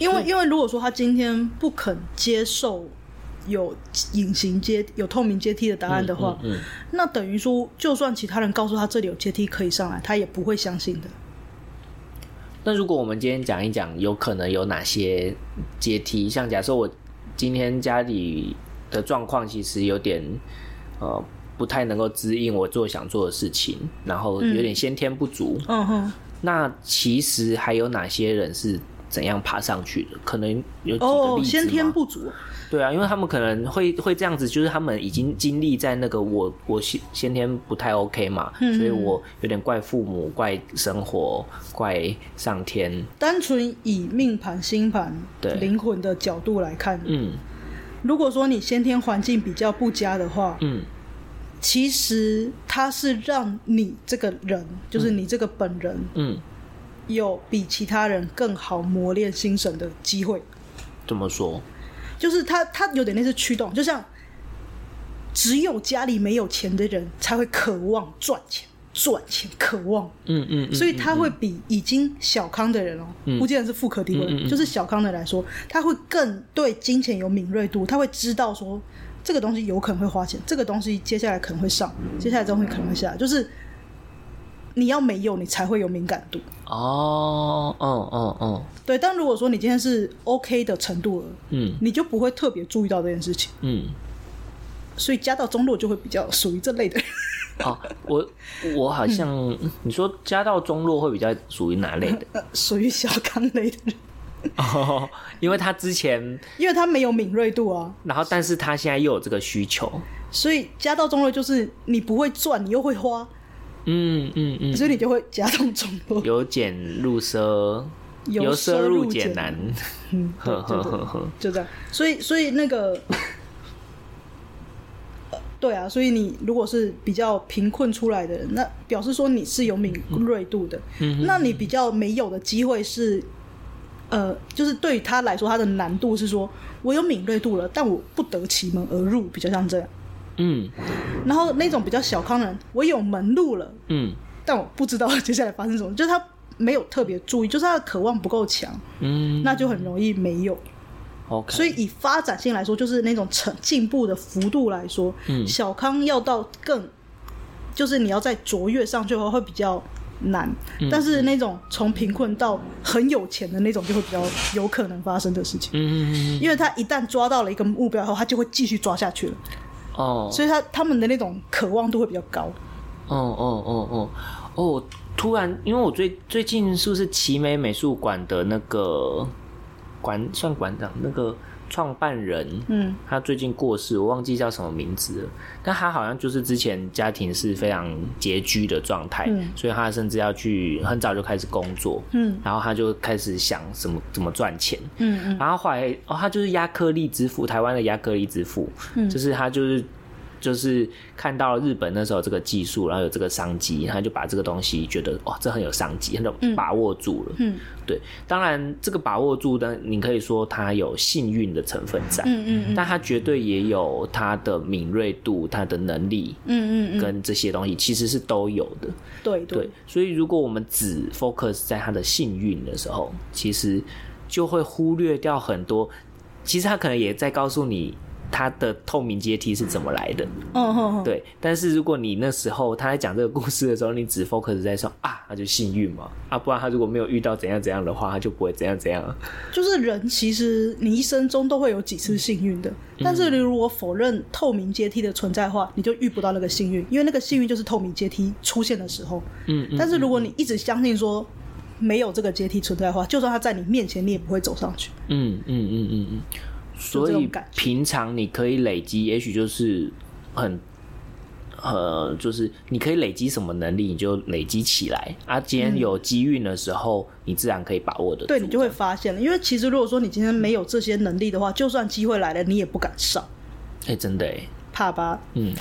A: 因为因为如果说他今天不肯接受有隐形阶有透明阶梯的答案的话，
B: 嗯嗯
A: 那等于说，就算其他人告诉他这里有阶梯可以上来，他也不会相信的。
B: 那如果我们今天讲一讲，有可能有哪些阶梯？像假设我今天家里的状况其实有点呃不太能够指引我做想做的事情，然后有点先天不足。
A: 嗯哼，
B: 那其实还有哪些人是怎样爬上去的？可能有几个例
A: 哦，
B: 子
A: 先天
B: 吗
A: 不足，
B: 对啊，因为他们可能会会这样子，就是他们已经经历在那个我我先先天不太 OK 嘛，
A: 嗯
B: 所以我有点怪父母、怪生活、怪上天。
A: 单纯以命盘、星盘
B: 对、
A: 灵魂的角度来看，
B: 嗯
A: 如果说你先天环境比较不佳的话，
B: 嗯。
A: 其实它是让你这个人，就是你这个本人，
B: 嗯，
A: 有比其他人更好磨练心神的机会。
B: 怎么说？
A: 就是他他有点类似驱动，就像只有家里没有钱的人才会渴望赚钱，赚钱渴望，
B: 嗯嗯，嗯
A: 所以他会比已经小康的人哦，不见得是富可敌国的
B: 嗯嗯嗯
A: 就是小康的人来说，他会更对金钱有敏锐度，他会知道说这个东西有可能会花钱，这个东西接下来可能会上，接下来这东西可能会下，就是你要没有你才会有敏感度。
B: 哦，嗯嗯嗯
A: 对，但如果说你今天是 OK 的程度了，
B: 嗯
A: 你就不会特别注意到这件事情。
B: 嗯，
A: 所以家道中落就会比较属于这类的人。
B: 哦，我我好像你说家道中落会比较属于哪类 的？
A: 呃属于小康类的人，
B: 哦，因为他之前，
A: 因为他没有敏锐度啊，
B: 然后但是他现在又有这个需求，
A: 所以家道中落就是你不会赚，你又会花，
B: 嗯嗯嗯，
A: 所以你就会家道中落。
B: 由俭入奢，
A: 由
B: 由
A: 奢
B: 奢
A: 入
B: 入
A: 俭
B: 俭难，
A: 嗯，对
B: 呵
A: 对
B: 呵呵
A: 对，
B: 呵，
A: 就这样。所以所以那个。呃对啊，所以你如果是比较贫困出来的人，那表示说你是有敏锐度的。
B: 嗯
A: 那你比较没有的机会是，呃，就是对于他来说，他的难度是说，我有敏锐度了，但我不得其门而入，比较像这样。
B: 嗯
A: 然后那种比较小康的人，我有门路了，
B: 嗯
A: 但我不知道接下来发生什么，就是他没有特别注意，就是他的渴望不够强，
B: 嗯
A: 那就很容易没有。
B: ，OK，
A: 所以以发展性来说，就是那种成进步的幅度来说，
B: 嗯
A: 小康要到更，就是你要在卓越上去的话会比较难，
B: 嗯
A: 但是那种从贫困到很有钱的那种就会比较有可能发生的事情。
B: 嗯嗯嗯嗯
A: 因为他一旦抓到了一个目标后，他就会继续抓下去了，
B: 哦，
A: 所以他他们的那种渴望度会比较高。
B: 哦哦哦哦哦！我突然，因为我最最近是不是奇美美术馆的那个馆算馆长那个创办人，
A: 嗯，
B: 他最近过世，我忘记叫什么名字了。但他好像就是之前家庭是非常拮据的状态，
A: 嗯
B: 所以他甚至要去很早就开始工作，
A: 嗯
B: 然后他就开始想怎么怎么赚钱。
A: 嗯嗯
B: 然后后来哦，他就是亚克力之父，台湾的亚克力之父，
A: 嗯
B: 就是他就是就是看到日本那时候这个技术，然后有这个商机，他就把这个东西觉得哦，这很有商机，他就
A: 嗯
B: 把握住了。
A: 嗯
B: 对，当然这个把握住呢，你可以说它有幸运的成分在，
A: 嗯嗯
B: 但它绝对也有它的敏锐度、它的能力
A: 嗯嗯嗯，
B: 跟这些东西其实是都有的。
A: 对嗯
B: 对，所以如果我们只 focus 在他的幸运的时候，其实就会忽略掉很多。其实他可能也在告诉你他的透明阶梯是怎么来的，
A: 嗯嗯嗯，
B: 对。但是如果你那时候他在讲这个故事的时候，你只 focus 在说啊，他就幸运嘛，啊，不然他如果没有遇到怎样怎样的话，他就不会怎样怎样。
A: 就是人其实你一生中都会有几次幸运的，
B: 嗯
A: 但是你如果否认透明阶梯的存在的话，你就遇不到那个幸运，因为那个幸运就是透明阶梯出现的时候。
B: 嗯嗯
A: 但是如果你一直相信说没有这个阶梯存在的话，就算它在你面前，你也不会走上去。
B: 嗯嗯嗯嗯嗯。所
A: 这种
B: 以
A: 感觉
B: 平常你可以累积，也许就是很呃，就是你可以累积什么能力，你就累积起来啊。今天有机运的时候，你自然可以把握的。
A: 嗯对你就会发现了，因为其实如果说你今天没有这些能力的话，就算机会来了，你也不敢上，
B: 哎、真的哎，
A: 怕吧？
B: 嗯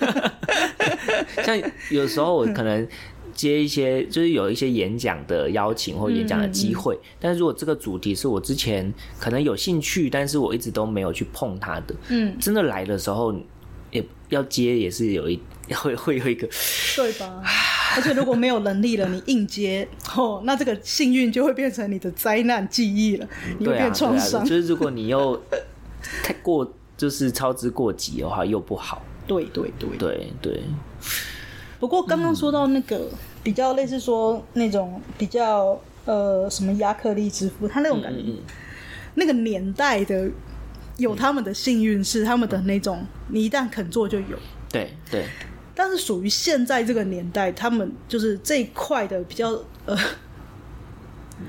B: 嗯。像有时候我可能接一些，就是有一些演讲的邀请或演讲的机
A: 嗯
B: 会，但是如果这个主题是我之前可能有兴趣，但是我一直都没有去碰它的，
A: 嗯，
B: 真的来的时候，也要接也是有一会会有一个，
A: 对吧？而且如果没有能力了，你硬接，哦，那这个幸运就会变成你的灾难记忆了，你会
B: 对啊，
A: 变
B: 对
A: 创
B: 啊，
A: 伤。
B: 就是如果你又太过就是操之过急的话，又不好。
A: 对对对。
B: 对对，
A: 不过刚刚说到那个、比较类似说那种比较呃什么亚克力之父，他那种感
B: 嗯
A: 觉，那个年代的有他们的幸运是他们的那种，你一旦肯做就有。
B: 对对，
A: 但是属于现在这个年代，他们就是这一块的比较呃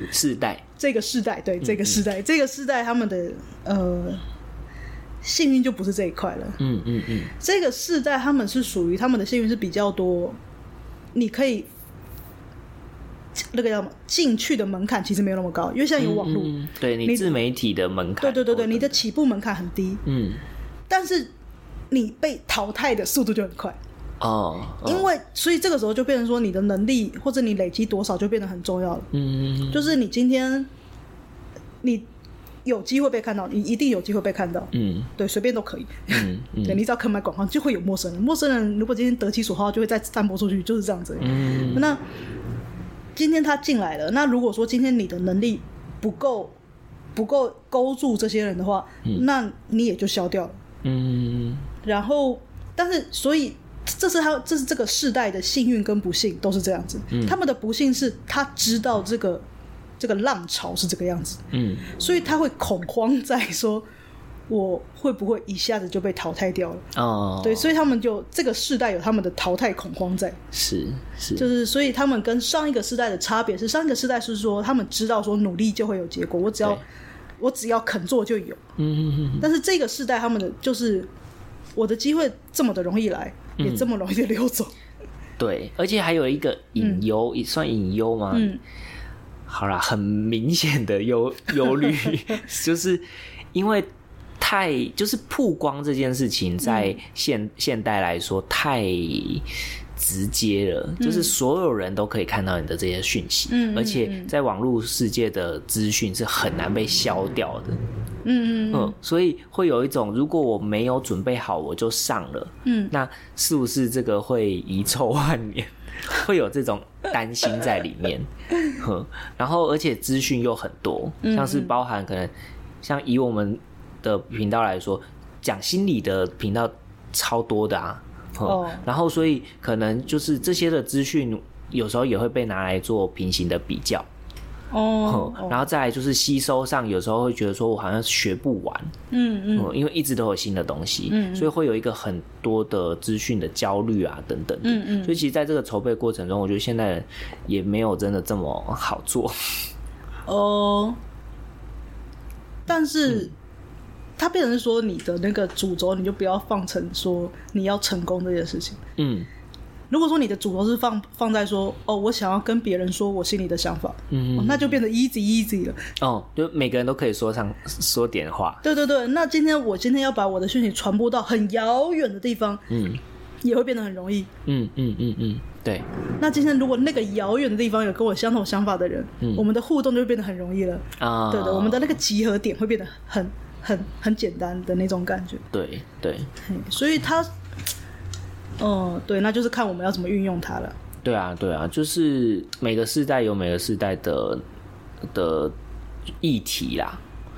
B: 世代，
A: 这个世代，对这个世代，这个世代他们的呃幸运就不是这一块了。
B: 嗯嗯嗯，
A: 这个世代他们是属于他们的幸运是比较多，你可以那个叫什么进去的门槛其实没有那么高，因为现在有网络，
B: 嗯嗯对你
A: 你
B: 自媒体的门槛，
A: 对对对对，你的，起步门槛很低，
B: 嗯，
A: 但是你被淘汰的速度就很快，
B: 哦，哦
A: 因为所以这个时候就变成说你的能力或者你累积多少就变得很重要了，
B: 嗯，
A: 就是你今天你有机会被看到，你一定有机会被看到，
B: 嗯
A: 对，随便都可以。
B: 嗯嗯
A: 对，你只要肯买广告，就会有陌生人。陌生人如果今天得其所好，就会再散播出去，就是这样子。
B: 嗯
A: 那今天他进来了，那如果说今天你的能力不够，不够勾住这些人的话，那你也就消掉了。
B: 嗯
A: 然后，但是所以。这是他，这是这个世代的幸运跟不幸都是这样子。
B: 嗯
A: 他们的不幸是他知道这个这个浪潮是这个样子，
B: 嗯
A: 所以他会恐慌在说，我会不会一下子就被淘汰掉了？
B: 哦，
A: 对，所以他们就这个世代有他们的淘汰恐慌在，
B: 是是，嗯
A: 就是所以他们跟上一个世代的差别是，上一个世代是说他们知道说努力就会有结果，我只要
B: 对
A: 我只要肯做就有，
B: 嗯嗯嗯
A: 但是这个世代他们的就是我的机会这么的容易来，
B: 嗯
A: 也这么容易的溜走，
B: 对，而且还有一个隐忧，也算隐忧吗？
A: 嗯，
B: 好啦，很明显的 忧忧虑，就是因为太就是曝光这件事情，
A: 嗯
B: 在现、现代来说太直接了，就是所有人都可以看到你的这些讯息，
A: 嗯嗯
B: 而且在网络世界的资讯是很难被消掉的，
A: 嗯嗯
B: 嗯，所以会有一种如果我没有准备好，我就上了，
A: 嗯，
B: 那是不是这个会遗臭万年？ 会有这种担心在里面， 哼，然后而且资讯又很多，
A: 嗯
B: 像是包含可能像以我们的频道来说，讲心理的频道超多的啊，哼
A: 哦
B: 然后所以可能就是这些的资讯有时候也会被拿来做平行的比较，
A: 哦
B: 哼，然后再来就是吸收上，有时候会觉得说我好像学不完，
A: 嗯嗯
B: 嗯，因为一直都有新的东西，所以会有一个很多的资讯的焦虑啊，等等，嗯嗯，所以其实在这个筹备过程中，我觉得现代人也没有真的这么好做，嗯
A: 哦，但是它变成是说你的那个主轴，你就不要放成说你要成功这件事情。
B: 嗯
A: 如果说你的主轴是放放在说哦，我想要跟别人说我心里的想法，
B: 嗯
A: 哦那就变得 easy easy 了。
B: 哦，就每个人都可以说上说点话，
A: 对对对，那今天我今天要把我的讯息传播到很遥远的地方，
B: 嗯
A: 也会变得很容易。
B: 嗯嗯嗯嗯，对，
A: 那今天如果那个遥远的地方有跟我相同想法的人，
B: 嗯
A: 我们的互动就会变得很容易了。
B: 啊，
A: 对的，我们的那个集合点会变得很很很简单的那种感觉。
B: 对对
A: 嘿所以它，嗯，对，那就是看我们要怎么运用它了。
B: 对啊对啊，就是每个世代有每个世代的的议题啦，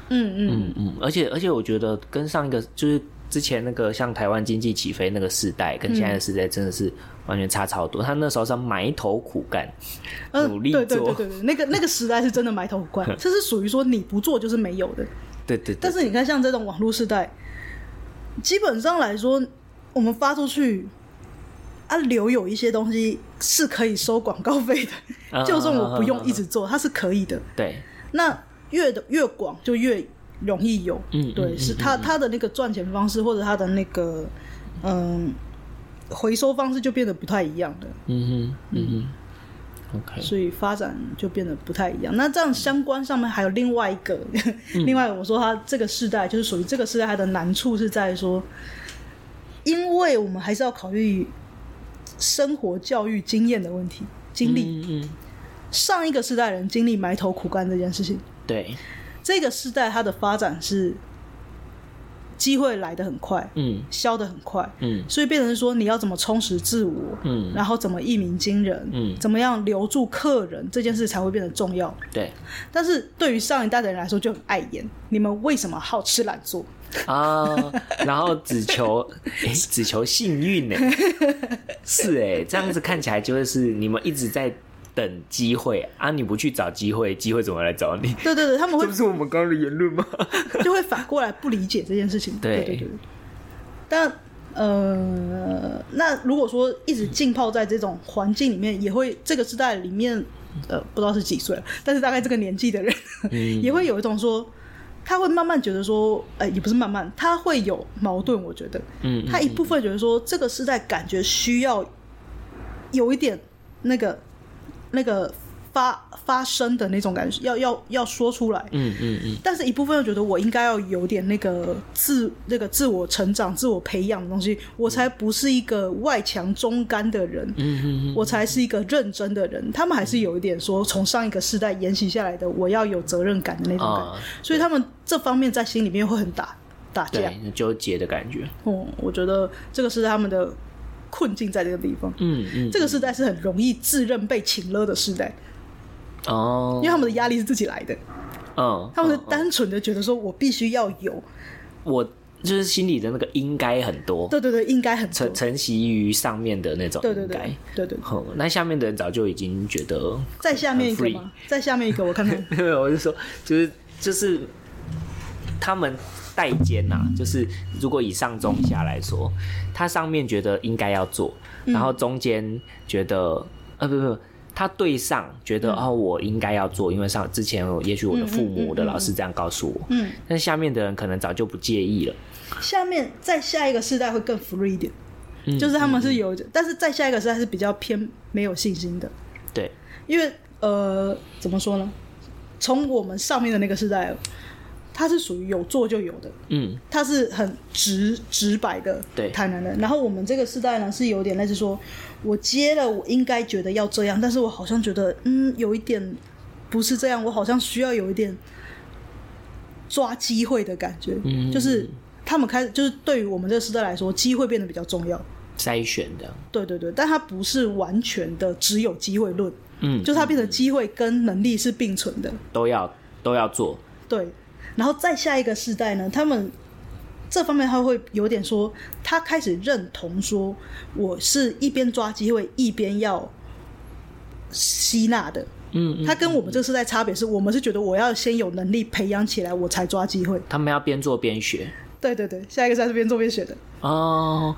A: 嗯嗯
B: 嗯嗯，而且而且我觉得跟上一个就是之前那个像台湾经济起飞那个世代，跟现在的世代真的是完全差超多。他那时候是要埋头苦干，
A: 呃
B: 努力
A: 对对
B: 做
A: 对对对，那个那个时代是真的埋头苦干， 这是属于说你不做就是没有的。
B: 对对对
A: 但，是你看，像这种网络时代，基本上来说，我们发出去啊，留有一些东西是可以收广告费
B: 啊
A: 的， 就算我不用一直做，它是可以的。
B: 对
A: 那越的越广，就越容易有。
B: 嗯嗯
A: 对，
B: 嗯
A: 是它它的那个赚钱方式，或者它的那个嗯回收方式就变得不太一样的，
B: 嗯哼嗯哼，OK，
A: 所以发展就变得不太一样。那这样相关上面还有另外一个， 另外我说它这个世代就是属于这个世代它的难处是在说，因为我们还是要考虑生活教育经验的问题。经历、
B: 嗯嗯，
A: 上一个世代人经历埋头苦干这件事情，
B: 对，
A: 这个世代它的发展是机会来得很快，
B: 嗯
A: 消得很快，
B: 嗯
A: 所以变成说你要怎么充实自我，
B: 嗯
A: 然后怎么一鸣惊人，
B: 嗯
A: 怎么样留住客人这件事才会变得重要。
B: 对
A: 但是对于上一代的人来说就很碍眼，你们为什么好吃懒做？
B: 啊， 然后只求诶只求幸 运呢，是哎，这样子看起来就会是你们一直在等机会啊，你不去找机会，机会怎么来找你？
A: 对对对，他 们会
B: 这不是我们刚刚的言论吗？
A: 就会反过来不理解这件事情。
B: 对
A: 对对对。但呃，那如果说一直浸泡在这种环境里面，也会这个时代里面，呃，不知道是几岁了，但是大概这个年纪的人，
B: 嗯
A: 也会有一种说。他会慢慢觉得说，呃，也不是慢慢，他会有矛盾。我觉得，
B: 嗯嗯
A: 他一部分觉得说，这个时代感觉需要有一点那个那个发发声的那种感觉，要要要说出来。
B: 嗯嗯嗯，
A: 但是一部分又觉得我应该要有点那个自那个自我成长、自我培养的东西，我才不是一个外强中干的人，
B: 嗯
A: 我才是一个认真的人。他们还是有一点说从上一个世代沿袭下来的，我要有责任感的那种感觉，
B: 啊
A: 所以他们这方面在心里面会很打打架。
B: 对，纠结的感觉。
A: 嗯，我觉得这个是他们的困境在这个地方。
B: 嗯嗯，
A: 这个时代是很容易自认被请了的时代，
B: 哦
A: 因为，他们的压力是自己来的，
B: 嗯，
A: 他们是
B: 嗯
A: 单纯的觉得说我必须要有，
B: 我就是心里的那个应该很多，
A: 对对对，应该很多
B: 承承袭于上面的那种
A: 对对
B: 应
A: 对
B: 该。
A: 对对，对
B: 哼，那下面的人早就已经觉得，
A: 再下面一个
B: 很 free
A: 吗？再下面一个，我看看。
B: 我就说，就是就是他们代间呐、就是如果以上中下来说，他上面觉得应该要做，
A: 嗯
B: 然后中间觉得，呃，不不不。他对上觉
A: 嗯
B: 得、哦，我应该要做，因为上之前也许我的父
A: 嗯
B: 母、
A: 嗯嗯
B: 我的老师这样告诉我，
A: 嗯，
B: 但下面的人可能早就不介意了。
A: 下面再下一个世代会更 free 一点，
B: 嗯
A: 就是他们是有，但是再下一个世代是比较偏没有信心的，
B: 对，
A: 因为呃，怎么说呢？从我们上面的那个世代，他是属于有做就有的，
B: 嗯，
A: 他是很直直白的，
B: 对
A: 坦然的。然后我们这个世代呢，是有点类似说，我接了，我应该觉得要这样，但是我好像觉得，嗯，有一点不是这样，我好像需要有一点抓机会的感觉，
B: 嗯
A: 就是他们开始，就是对于我们这个时代来说，机会变得比较重要，
B: 筛选的，
A: 对对对，但它不是完全的只有机会论，
B: 嗯，
A: 就是它变成机会跟能力是并存的，
B: 都要都要做，
A: 对，然后再下一个世代呢，他们这方面他会有点说，他开始认同说，我是一边抓机会一边要吸纳的。
B: 嗯，
A: 他跟我们这个世代差别是，我们是觉得我要先有能力培养起来，我才抓机会。
B: 他们要边做边学
A: 对对对，下一个世代是边做边学的。
B: 哦，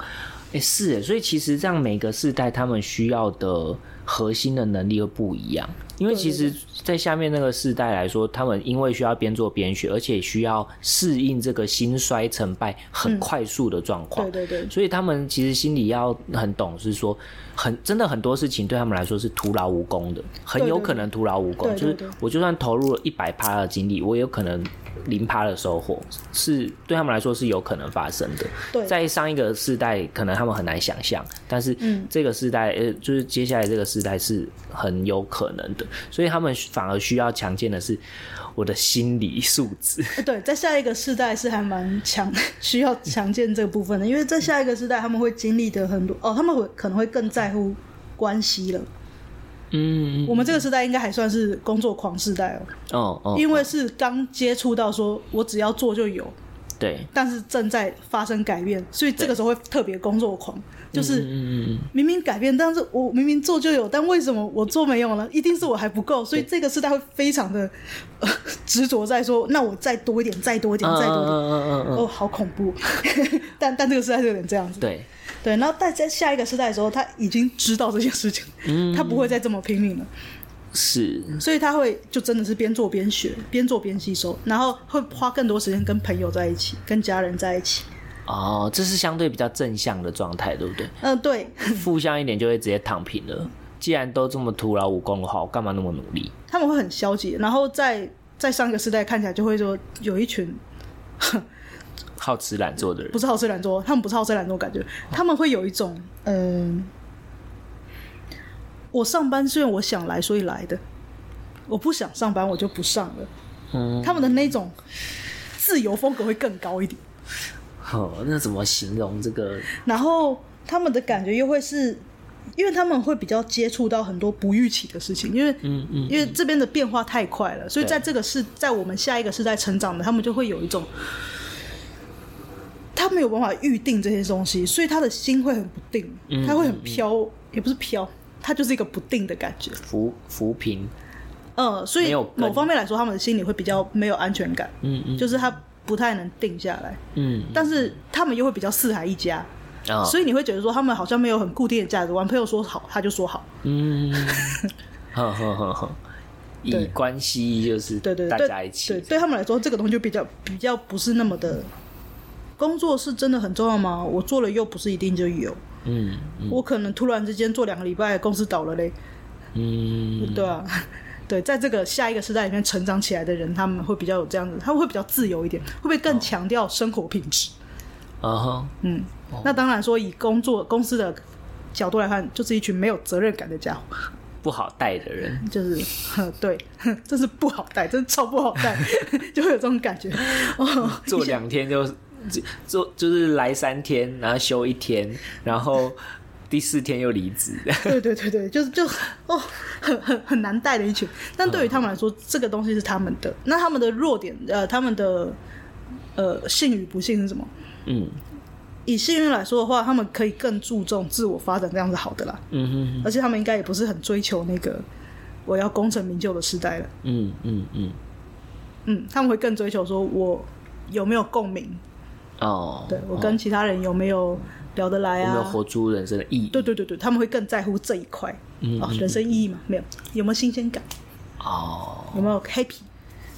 B: 哎、是耶，所以其实这样每个世代他们需要的核心的能力会不一样，因为其实，在下面那个世代来说，他们因为需要边做边学，而且需要适应这个兴衰成败很快速的状况，
A: 嗯对对对，
B: 所以他们其实心里要很懂，是说很真的很多事情对他们来说是徒劳无功的，很有可能徒劳无功。
A: 对对对
B: 就是我就算投入了一百趴的精力，我也有可能零趴的收获，是对他们来说是有可能发生的。
A: 对
B: 在上一个世代，可能他们很难想象，但是
A: 嗯
B: 这个世代，呃，就是接下来这个世代是很有可能的，所以他们反而需要强健的是我的心理素质。
A: 呃对，在下一个世代是还蛮强，需要强健这个部分的，因为在下一个世代他们会经历的很多哦，他们会可能会更在乎关系了。
B: 嗯，
A: 我们这个世代应该还算是工作狂世代哦，
B: 哦哦，
A: 因为是刚接触到说我只要做就有，
B: 对，
A: 但是正在发生改变，所以这个时候会特别工作狂，就是
B: 嗯嗯嗯。
A: 明明改变，但是我明明做就有，但为什么我做没有呢？一定是我还不够，所以这个世代会非常的、呃执着在说，那我再多一点，再多一点，再多一点。
B: 嗯嗯嗯嗯，
A: 哦，好恐怖！ 但但这个时代就有点这样子，
B: 对，
A: 对。然后但在下一个时代的时候，他已经知道这件事情，
B: 嗯
A: 他不会再这么拼命了，
B: 是，
A: 所以他会就真的是边做边学，边做边吸收，然后会花更多时间跟朋友在一起，跟家人在一起。
B: 哦，这是相对比较正向的状态，对 不对？
A: 嗯、对
B: 负向一点就会直接躺平了。既然都这么徒劳无功的话，我干嘛那么努力？
A: 他们会很消极，然后在在上一个时代看起来就会说有一群
B: 好吃懒做的人
A: 不，是好吃懒做，他们不是好吃懒做，感觉他们会有一种嗯、我上班是因为我想来所以来的，我不想上班我就不上了。
B: 嗯，
A: 他们的那种自由风格会更高一点，
B: 哦，那怎么形容这个？
A: 然后他们的感觉又会是，因为他们会比较接触到很多不预期的事情，因为
B: 嗯嗯，
A: 因为这边的变化太快了，所以
B: 对
A: 在这个是在我们下一个世代成长的，他们就会有一种，他没有办法预定这些东西，所以他的心会很不定，
B: 嗯
A: 他会很飘，也不是飘，他就是一个不定的感觉。
B: 扶扶贫，
A: 嗯，所以
B: 没有根
A: 某方面来说，他们的心里会比较没有安全感，
B: 嗯嗯
A: 就是他不太能定下来，
B: 嗯，
A: 但是他们又会比较四海一家。
B: 啊，
A: 所以你会觉得说他们好像没有很固定的价值观，朋友说好他就说好，
B: 嗯，呵呵呵呵，以
A: 对
B: 关系就是
A: 对对
B: 大
A: 对，
B: 家一
A: 对
B: 起，嗯
A: 对他们来说，这个东西就比较比较不是那么的。工作是真的很重要吗？我做了又不是一定就有，
B: 嗯嗯
A: 我可能突然之间做两个礼拜，公司倒了嘞，
B: 嗯，
A: 对啊， 对，在这个下一个时代里面成长起来的人，他们会比较有这样子，他们会比较自由一点，会不会
B: 哦
A: 更强调生活品质？
B: 啊哈，
A: 嗯，
B: 哦
A: 那当然说以工作公司的角度来看，就是一群没有责任感的家伙。
B: 不好带的 人，
A: 就是呵对，呵真是不好带，真是超不好 带，就会有这种感觉。哦，
B: 嗯做两天就就做就是来三天，然后休一天，然后第四天又离职。
A: 对对对对，就是就哦，很很很难带的一群。但对于他们来说，这个东西是他们的。那他们的弱点，呃，他们的呃幸与不幸是什么？
B: 嗯
A: 以幸运来说的话，他们可以更注重自我发展，这样是好的啦。
B: 嗯哼
A: 而且他们应该也不是很追求那个我要功成名就的时代了。
B: 嗯嗯嗯，
A: 嗯，他们会更追求说我有没有共鸣，
B: 哦，
A: 对我跟其他人有没有聊得来
B: 有没有
A: 啊？
B: 活出人生的意义？
A: 对对对对，他们会更在乎这一块。
B: 嗯
A: 啊
B: 嗯，
A: 人生意义嘛，没有有没有新鲜感，
B: 哦。
A: 有没有 happy？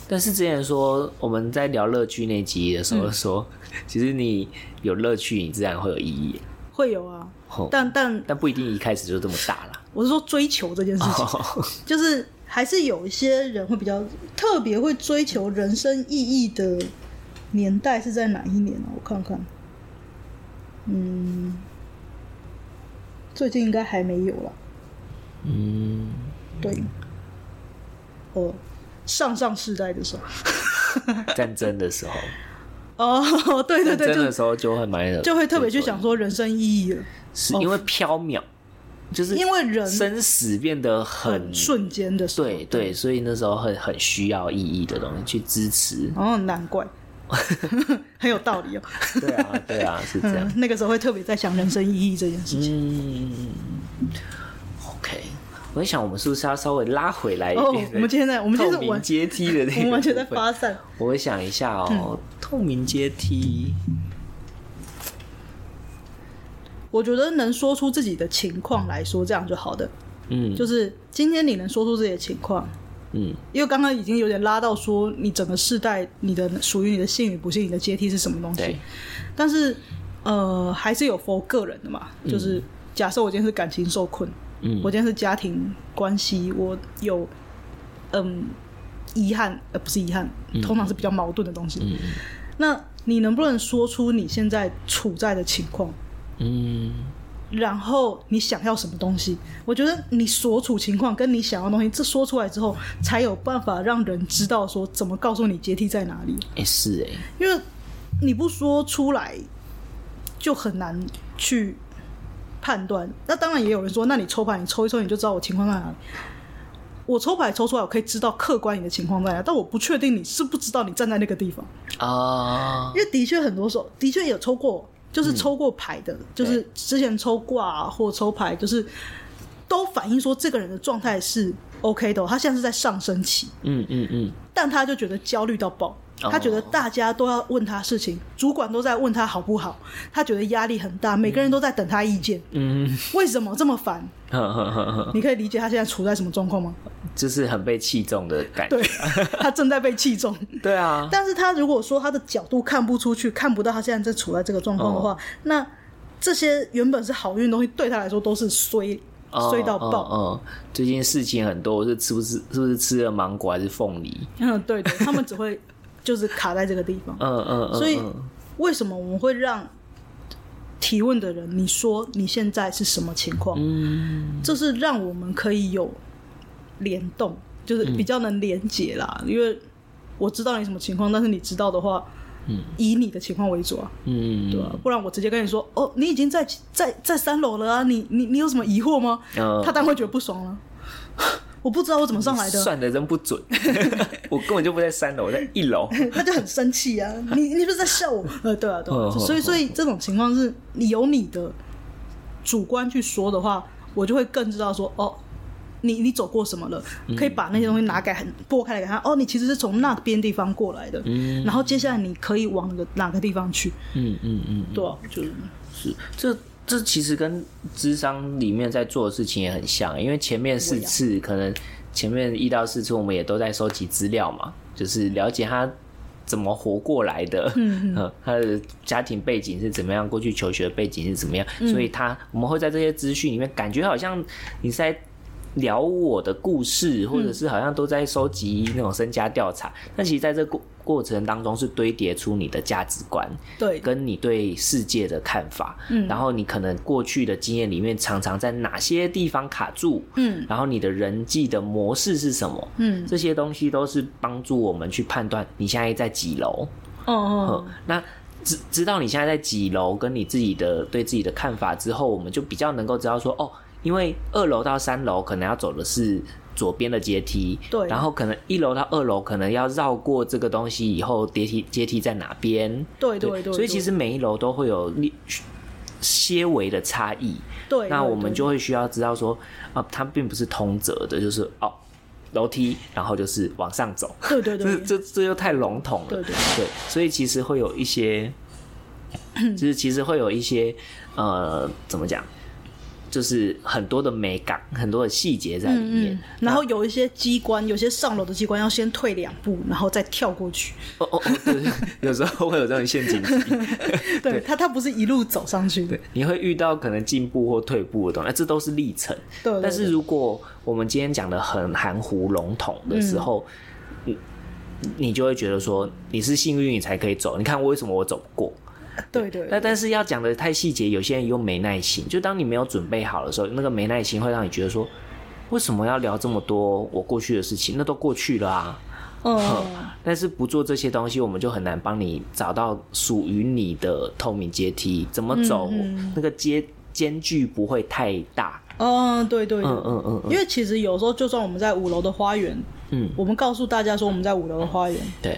B: 但是之前说我们在聊乐趣那集的时
A: 嗯
B: 候说，其实你有乐趣，你自然会有意义，
A: 会有啊
B: 哦，
A: 但但
B: 但不一定一开始就这么大 啦。
A: 我是说追求这件事情，
B: 哦，
A: 就是还是有一些人会比较特别会追求人生意义的年代是在哪一年啊？我看看，嗯，最近应该还没有了。
B: 嗯，
A: 对，哦，上上世代的时候，
B: 战争的时候，
A: 哦，对对
B: 战
A: 对，
B: 争的
A: 就
B: 时候就会蛮有
A: 就会特别去想，说人生意义了，
B: 是因为缥缈，就是
A: 因为人
B: 生死变得很
A: 很瞬间的时候，。
B: 对对，所以那时候很很需要意义的东西去支持
A: 哦，难 怪，很有道理哦。
B: 对啊，对啊，是 这样
A: 嗯。，那个时候会特别在想人生意义这件事情。
B: 嗯，OK，我在想，我们是不是要稍微拉回来一
A: 哦
B: 点？
A: 我们今天在我们今天是
B: 透明
A: 完
B: 阶梯的那 个，
A: 我们完全在。发 嗯散，
B: 我想一下哦，透明阶梯，
A: 我觉得能说出自己的情况来说，这样就好的。
B: 嗯
A: 就是今天你能说出自己的情况，
B: 嗯
A: 因为刚刚已经有点拉到说你整个世代你的属于你的幸与不幸，你的阶梯是什么东西
B: 对。
A: 但是呃，还是有 for 个人的嘛，就是假设我今天是感情受困，
B: 嗯
A: 我今天是家庭关系，我有嗯遗憾，呃，不是遗憾，通常是比较矛盾的东西。
B: 嗯
A: 那你能不能说出你现在处在的情况？
B: 嗯
A: 然后你想要什么东西？我觉得你所处情况跟你想要的东西，这说出来之后，才有办法让人知道说怎么告诉你阶梯在哪里。
B: 哎、是哎、
A: 因为你不说出来，就很难去判断。那当然也有人说，那你抽牌，你抽一抽你就知道我情况在哪里。我抽牌抽出来，我可以知道客观你的情况在哪，但我不确定你是不知道你站在那个地方。
B: 啊，
A: 因为的确很多时候，的确有抽过，就是抽过牌的，就是之前抽卦、啊、或抽牌，就是都反映说这个人的状态是 OK 的哦、他现在是在上升期，
B: 嗯嗯嗯，
A: 但他就觉得焦虑到爆，
B: 哦
A: 他觉得大家都要问他事情，主管都在问他好不好，他觉得压力很大，每个人都在等他意见，
B: 嗯，
A: 为什么这么烦？
B: 呵呵呵呵，
A: 你可以理解他现在处在什么状 况吗？
B: 就是很被器重的感觉。
A: 对，他正在被气中。
B: 对啊，
A: 但是他如果说他的角度看不出去，看不到他现在正处在这个状况的话，
B: 哦
A: 那这些原本是好运的东西，对他来说都是衰、
B: 哦
A: 衰到爆。
B: 嗯，嗯最近事情很多，我是吃不吃是不是吃了芒果还是凤梨？
A: 嗯， 对的，他们只会就是卡在这个地方。
B: 嗯嗯嗯，
A: 所以
B: 嗯
A: 为什么我们会让提问的人你说你现在是什么情况？
B: 嗯
A: 这是让我们可以有联动，就是
B: 嗯
A: 比较能连结啦。因为我知道你什么情况，但是你知道的话，
B: 嗯
A: 以你的情况为主啊。
B: 嗯，
A: 对啊，不然我直接跟你说，哦，你已经在在在三楼了啊，你你你有什么疑惑吗？
B: 嗯
A: 他当然会觉得不爽了。 我不知道我怎么上来的，啊
B: 算的真不准， 我根本就不在三楼，我在一楼。
A: 他就很生气啊！你你是不是在笑我？呃， 对啊，对啊，
B: 嗯
A: 所以所以这种情况是你有你的主观去说的话，我就会更知道说，哦，你你走过什么了，
B: 嗯
A: 可以把那些东西拿给很拨开来给他。哦，你其实是从那边地方过来的，
B: 嗯
A: 然后接下来你可以往哪个哪个地方去？
B: 嗯嗯嗯，
A: 对啊，就是
B: 是这这其实跟智商里面在做的事情也很像，因为前面四次可能前面一到四次我们也都在收集资料嘛，就是了解他怎么活过来的，
A: 嗯
B: 嗯，他的家庭背景是怎么样，过去求学背景是怎么样，所
A: 嗯
B: 以他我们会在这些资讯里面感觉好像你是在。聊我的故事，或
A: 嗯
B: 者是好像都在收集那种身家调查，但其实在这过过程当中是堆叠出你的价值观，
A: 对，
B: 跟你对世界的看法，
A: 嗯
B: 然后你可能过去的经验里面常常在哪些地方卡住，
A: 嗯
B: 然后你的人际的模式是什么，
A: 嗯，
B: 这些东西都是帮助我们去判断你现在在几楼。
A: 哦
B: 嗯
A: 哦，，
B: 那知知道你现在在几楼，跟你自己的对自己的看法之后，我们就比较能够知道说，哦，因为二楼到三楼可能要走的是左边的阶梯，
A: 对
B: 然后可能一楼到二楼可能要绕过这个东西以后，阶梯阶梯在哪边？
A: 对对对
B: 所
A: 对
B: 以其实每一楼都会有一些微的差异。
A: 对，
B: 那
A: 对
B: 我们
A: 对
B: 就会需要知道说，啊，它并不是通则的，就是哦，楼梯，然后就是往上走。
A: 对对 对，
B: 这这这又太笼统了。
A: 对对
B: 所以其实会有 一些，就是其实会有一些呃，怎么讲，就是很多的美感，很多的细节在里面。
A: 嗯，然后有一些机关，有些上楼的机关要先退两步，然后再跳过去。
B: 哦哦哦，对，对有时候会有这种陷阱题，
A: 对他，他不是一路走上去的。
B: 你会遇到可能进步或退步的东西，那这都是历程。
A: 对对
B: 但是如果我们今天讲的很含糊笼统的时
A: 嗯
B: 候，你你就会觉得说你是幸运，你才可以走。你看为什么我走不过？
A: 对对
B: 那
A: 对
B: 但是要讲的太细节，有些人又没耐心。就当你没有准备好的时候，那个没耐心会让你觉得说，为什么要聊这么多我过去的事情？那都过去了啊。
A: 嗯，
B: 但是不做这些东西，我们就很难帮你找到属于你的透明阶梯，怎么走，那个阶间距不会太大。
A: 嗯，对对
B: 嗯
A: 对，
B: 嗯嗯嗯
A: 因为其实有时候，就算我们在五楼的花园，
B: 嗯，
A: 我们告诉大家说我们在五楼的花园，
B: 对，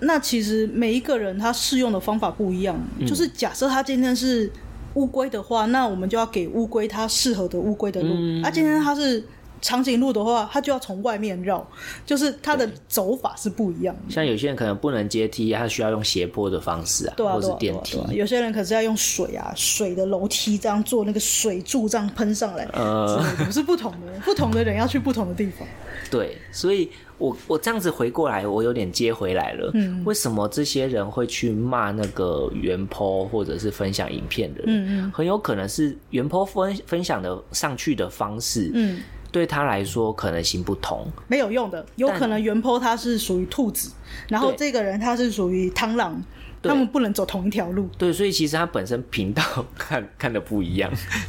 A: 那其实每一个人他适用的方法不一样。
B: 嗯
A: 就是假设他今天是乌龟的话，那我们就要给乌龟它适合的乌龟的路；，
B: 嗯
A: 啊，今天它是长颈鹿的话，它就要从外面绕，就是它的走法是不一样的。
B: 像有些人可能不能阶梯，他需要用斜坡的方式啊，
A: 对啊，
B: 或
A: 对
B: 是
A: 啊，对
B: 电
A: 啊，
B: 梯
A: 对啊。有些人可是要用水啊，水的楼梯这样做那个水柱这样喷上来，
B: 呃
A: 之类的，是不同的，不同的人要去不同的地方。
B: 对，所以我我这样子回过来，我有点接回来了。
A: 嗯
B: 为什么这些人会去骂那个原 po 或者是分享影片的人？
A: 嗯嗯
B: 很有可能是原 po 分分享的上去的方式，
A: 嗯，
B: 对他来说可能行不通。
A: 没有用的，有
B: 但
A: 可能原 po 他是属于兔子，然后
B: 对
A: 这个人他是属于螳螂，
B: 对
A: 他们不能走同一条路。
B: 对，所以其实他本身频道 看看的不一样，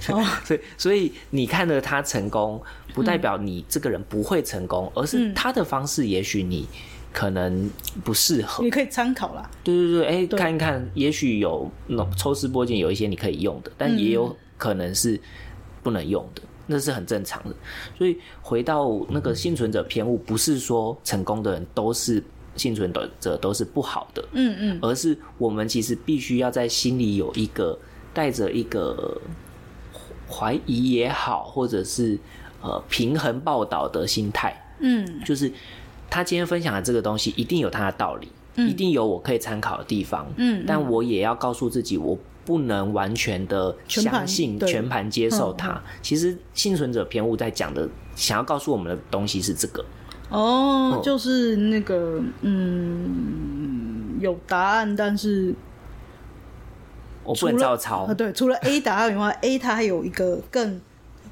A: 哦
B: 所以所以你看了他成功，不代表你这个人不会成功，而是
A: 嗯
B: 他的方式，也许你可能不适合。
A: 你可以参考啦，
B: 对对对，哎、
A: 对
B: 看一看，也许有那种抽丝剥茧，有一些你可以用的，
A: 嗯
B: 但也有可能是不能用的，那是很正常的。所以回到那个幸存者偏误，不是说成功的人都是幸存者都是不好的，
A: 嗯嗯，
B: 而是我们其实必须要在心里有一个带着一个怀疑也好，或者是呃平衡报道的心态，
A: 嗯
B: 就是他今天分享的这个东西一定有他的道理，
A: 嗯
B: 一定有我可以参考的地方，
A: 嗯嗯
B: 但我也要告诉自己，我不能完全的
A: 全盘
B: 相信、
A: 对
B: 全盘接受
A: 嗯
B: 它。其实幸存者偏误在讲的，想要告诉我们的东西是这个，
A: 哦
B: 哦，
A: 就是那个嗯，有答案，但是
B: 我
A: 除
B: 不
A: 了
B: 能照
A: 啊，
B: 抄。
A: 对，除了 A 答案以外，A 它还有一个更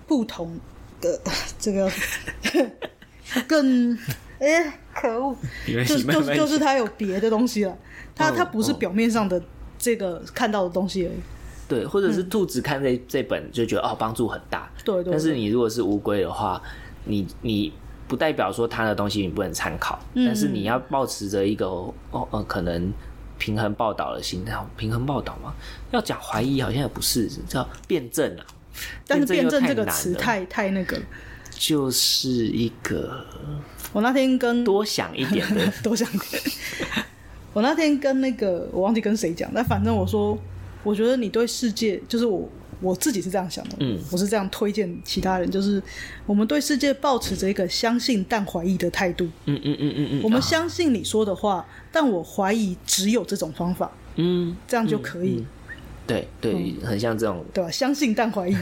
A: 不同的这 个更哎、可恶，
B: 没关系
A: 就
B: 慢
A: 就
B: 慢
A: 是就是它有别的东西了，它它
B: 哦
A: 不是
B: 哦
A: 表面上的这个看到的东西而已。
B: 对，或者是兔子看这这本就觉得哦帮助很大，
A: 嗯对对
B: 但是
A: 对
B: 你如果是乌龟的话，你你不代表说它的东西你不能参考，
A: 嗯
B: 但是你要保持着一个哦呃可能平衡报道的心态，哦平衡报道嘛，要讲怀疑好像也不是，叫辩证啊。
A: 但是辩
B: 又
A: 证这个
B: 难
A: 词
B: 了
A: 太太那个了，
B: 就是一个
A: 我那天跟
B: 多想一点 的
A: 都想。我那天跟那个我忘记跟谁讲，但反正我说，我觉得你对世界，就是我我自己是这样想的，
B: 嗯
A: 我是这样推荐其他人，就是我们对世界保持着一个相信但怀疑的态度。
B: 嗯嗯嗯嗯嗯，
A: 我们
B: 啊
A: 相信你说的话，但我怀疑只有这种方法，
B: 嗯
A: 这样就可以，嗯
B: 对对，很像这种
A: 对吧？相信但 怀疑，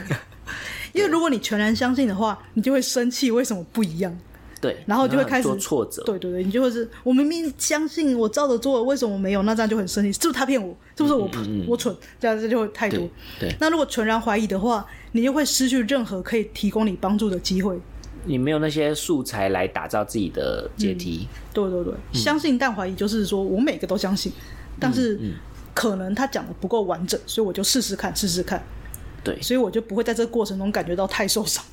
A: 因为如果你全然相信的话，你就会生气，为什么不一样？
B: 对，
A: 然后就会开始
B: 很多挫折，
A: 对对对，你就会是我明明相信我照着做，为什么没有？那这样就很生气，是不是他骗我？是不是我、
B: 嗯嗯嗯
A: 我蠢？这样这就会太多
B: 对。对，
A: 那如果全然怀疑的话，你就会失去任何可以提供你帮助的机会。
B: 你没有那些素材来打造自己的阶梯，
A: 对对对，
B: 嗯
A: 相信但怀疑就是说我每个都相信，但是
B: 嗯
A: 可能他讲的不够完整，所以我就试试看，试试看，
B: 嗯对，
A: 所以我就不会在这个过程中感觉到太受伤。
B: 哦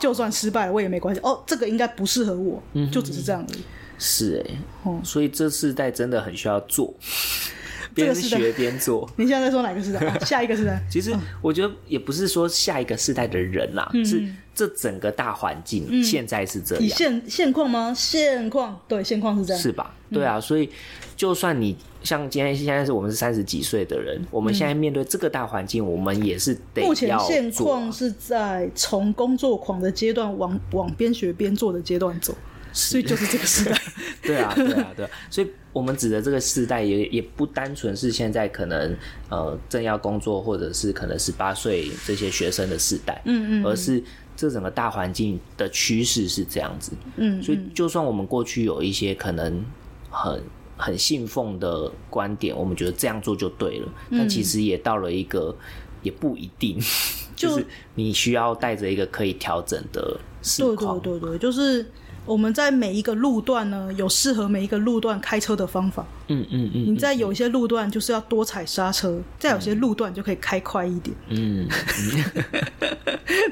A: 就算失败了，我也没关系。哦，这个应该不适合我，
B: 嗯
A: 就只是这样而已。
B: 是哎、
A: 哦
B: 所以这世代真的很需要做，
A: 这
B: 边
A: 个世代
B: 学边做。
A: 你现在在说哪个时代？哦下一个时代？
B: 其实我觉得也不是说下一个世代的人啦、
A: 嗯
B: 是这整个大环境现在是这
A: 以
B: 样，
A: 现现况吗？现况对，现况是这样。
B: 是吧？
A: 嗯
B: 对啊，所以就算你像今天现在是我们是三十几岁的人，我们现在面对这个大环境，我们也是得
A: 嗯目前
B: 要
A: 现
B: 做
A: 况是在从工作狂的阶段往往边学边做的阶段走，所以就是这个时 代。
B: 对啊，对啊，对啊，所以我们指的这个世代也也不单纯是现在可能呃正要工作或者是可能十八岁这些学生的世代，
A: 嗯嗯
B: 而是这整个大环境的趋势是这样子。
A: 嗯，
B: 所以就算我们过去有一些可能很很信奉的观点，我们觉得这样做就对了，
A: 嗯
B: 但其实也到了一个也不一定，
A: 就
B: 就是你需要带着一个可以调整的视
A: 对
B: 况
A: 对。对对，就是我们在每一个路段呢，有适合每一个路段开车的方法。
B: 嗯嗯嗯
A: 你在有一些路段就是要多踩刹车，在有些路段就可以开快一点，
B: 嗯，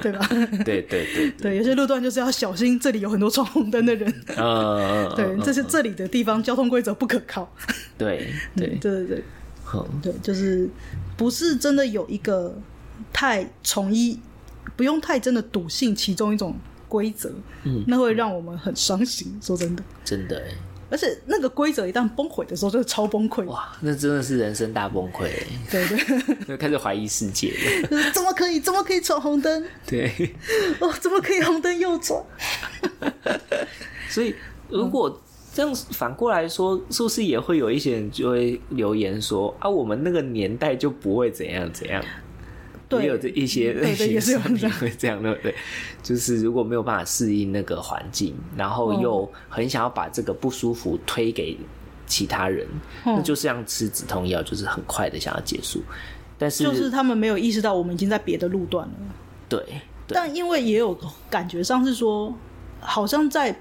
A: 对 吧？
B: 对对对，
A: 对，有些路段就是要小心，这里有很多闯红灯的人。
B: 呃，
A: 对，这是这里的地方交通规则不可靠。
B: 对
A: 对
B: 对，
A: 对对。
B: 哼
A: 对，就是不是真的有一个太从一，不用太真的笃信其中一种规则，嗯，那会让我们很伤心。说真的，
B: 真的欸，
A: 而且那个规则一旦崩毁的时候，就是超崩溃。
B: 哇，那真的是人生大崩溃，欸
A: 对对，
B: 就开始怀疑世界 了。
A: 就是怎么可以，怎么可以闯红灯？
B: 对，
A: 哦，怎么可以红灯右转？
B: 所以如果这样反过来说，是不是也会有一些人就会留言说啊，我们那个年代就不会怎样怎样？
A: 对
B: 也有这一些
A: 对对也是有 这样
B: 也会这样，对不对？就是如果没有办法适应那个环境，然
A: 嗯
B: 后又很想要把这个不舒服推给其他人，
A: 嗯
B: 那就像吃止痛药，就是很快的想要结束，但是、
A: 就是他们没有意识到我们已经在别的路段了。
B: 对对
A: 但因为也有感觉上是说，好像在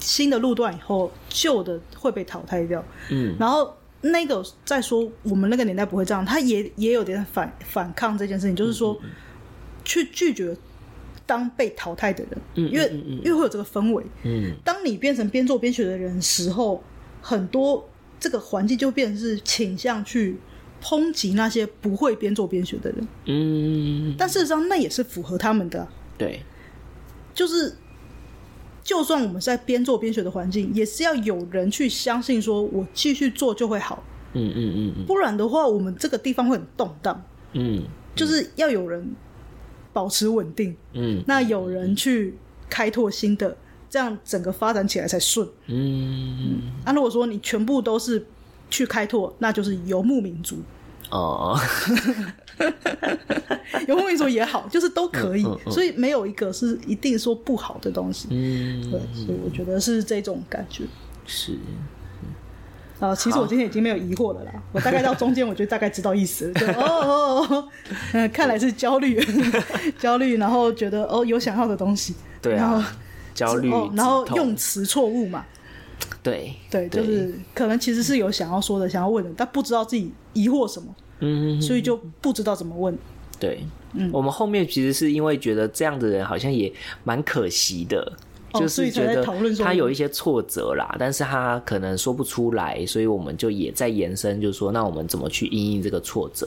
A: 新的路段以后，旧的会被淘汰掉。
B: 嗯
A: 然后那个再说，我们那个年代不会这样，他也也有点反反抗这件事情，就是说、
B: 嗯
A: 去拒绝当被淘汰的人，
B: 嗯
A: 因为、
B: 嗯嗯嗯
A: 因为会有这个氛围。
B: 嗯
A: 当你变成边做边学的人时候，很多这个环境就变成是倾向去抨击那些不会边做边学的人，
B: 嗯，
A: 但事实上那也是符合他们的啊、
B: 对
A: 就是就算我们是在边做边学的环境，也是要有人去相信说，我继续做就会好，
B: 嗯嗯嗯嗯
A: 不然的话，我们这个地方会很动荡，
B: 嗯
A: 就是要有人保持稳定，
B: 嗯
A: 那有人去开拓新的，这样整个发展起来才顺。
B: 嗯
A: 那、如果说你全部都是去开拓，那就是游牧民族，
B: 哦，
A: 游牧民族也好，就是都可以
B: 嗯嗯，嗯
A: 所以没有一个是一定说不好的东西。对，
B: 嗯
A: 所以我觉得是这种感觉。
B: 是
A: 啊，其实我今天已经没有疑惑了啦，我大概到中间我就大概知道意思了，就哦哦哦，嗯、看来是焦虑， 焦虑，然后觉得哦有想要的东西，
B: 对
A: 然后
B: 啊，焦虑
A: 哦，然后
B: 止痛
A: 用词错误嘛，
B: 对
A: 对，就是可能其实是有想要说的、想要问的，但不知道自己疑惑什么，
B: 嗯
A: 所以就不知道怎么问。
B: 对，
A: 嗯
B: 我们后面其实是因为觉得这样的人好像也蛮可惜的。
A: 哦
B: 就
A: 所以
B: 是
A: 才
B: 觉
A: 在
B: 得
A: 讨论说
B: 他有一些挫折啦，但是他可能说不出来，所以我们就也在延伸，就是说，那我们怎么去应应这个挫折，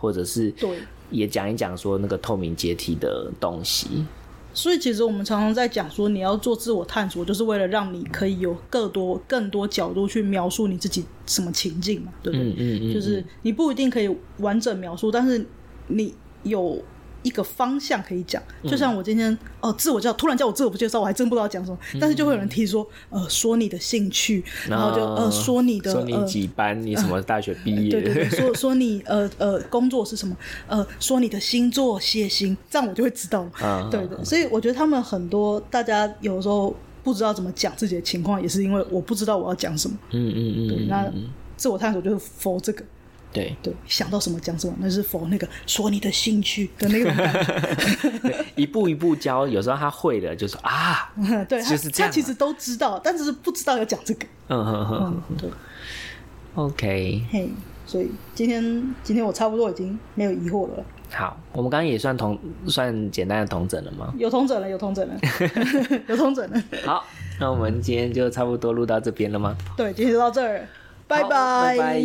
B: 或者是
A: 对
B: 也讲一讲说那个透明阶梯的东西。
A: 所以其实我们常常在讲说，你要做自我探索，就是为了让你可以有更多更多角度去描述你自己什么情境嘛，对不对？
B: 嗯嗯嗯，
A: 就是你不一定可以完整描述，但是你有一个方向可以讲。
B: 嗯
A: 就像我今天哦，自我介绍突然叫我自我介绍，我还真不知道讲什么，
B: 嗯
A: 但是就会有人提说，呃，说你的兴趣，然后就呃说你的
B: 啊说你
A: 呃。
B: 几班，你什么大学毕业？
A: 对对对，说说你呃呃工作是什么？呃，说你的星座血型，这样我就会知道了。
B: 啊
A: 对对，所以我觉得他们很多大家有时候不知道怎么讲自己的情况，也是因为我不知道我要讲什么。
B: 嗯嗯嗯，
A: 那自我探索就是 for 这个，
B: 对，
A: 对，想到什么讲什么，那是否那个说你的兴趣的那种 感
B: 一步一步教，有时候他会了，就说啊，嗯
A: 觉，对，他
B: 就是这
A: 他
B: 样啊
A: 其实都知道，但只是不知道要讲这个。
B: 哼哼
A: 嗯，对，嗯
B: ，OK，
A: 嘿，所以今天今天我差不多已经没有疑惑了，
B: 好，我们刚刚也算同算简单的同整了吗？
A: 有通诊了，有通 诊了，有通诊了。
B: 好，那我们今天就差不多录到这边了吗？
A: 对，今天就到这儿了，拜
B: 好拜拜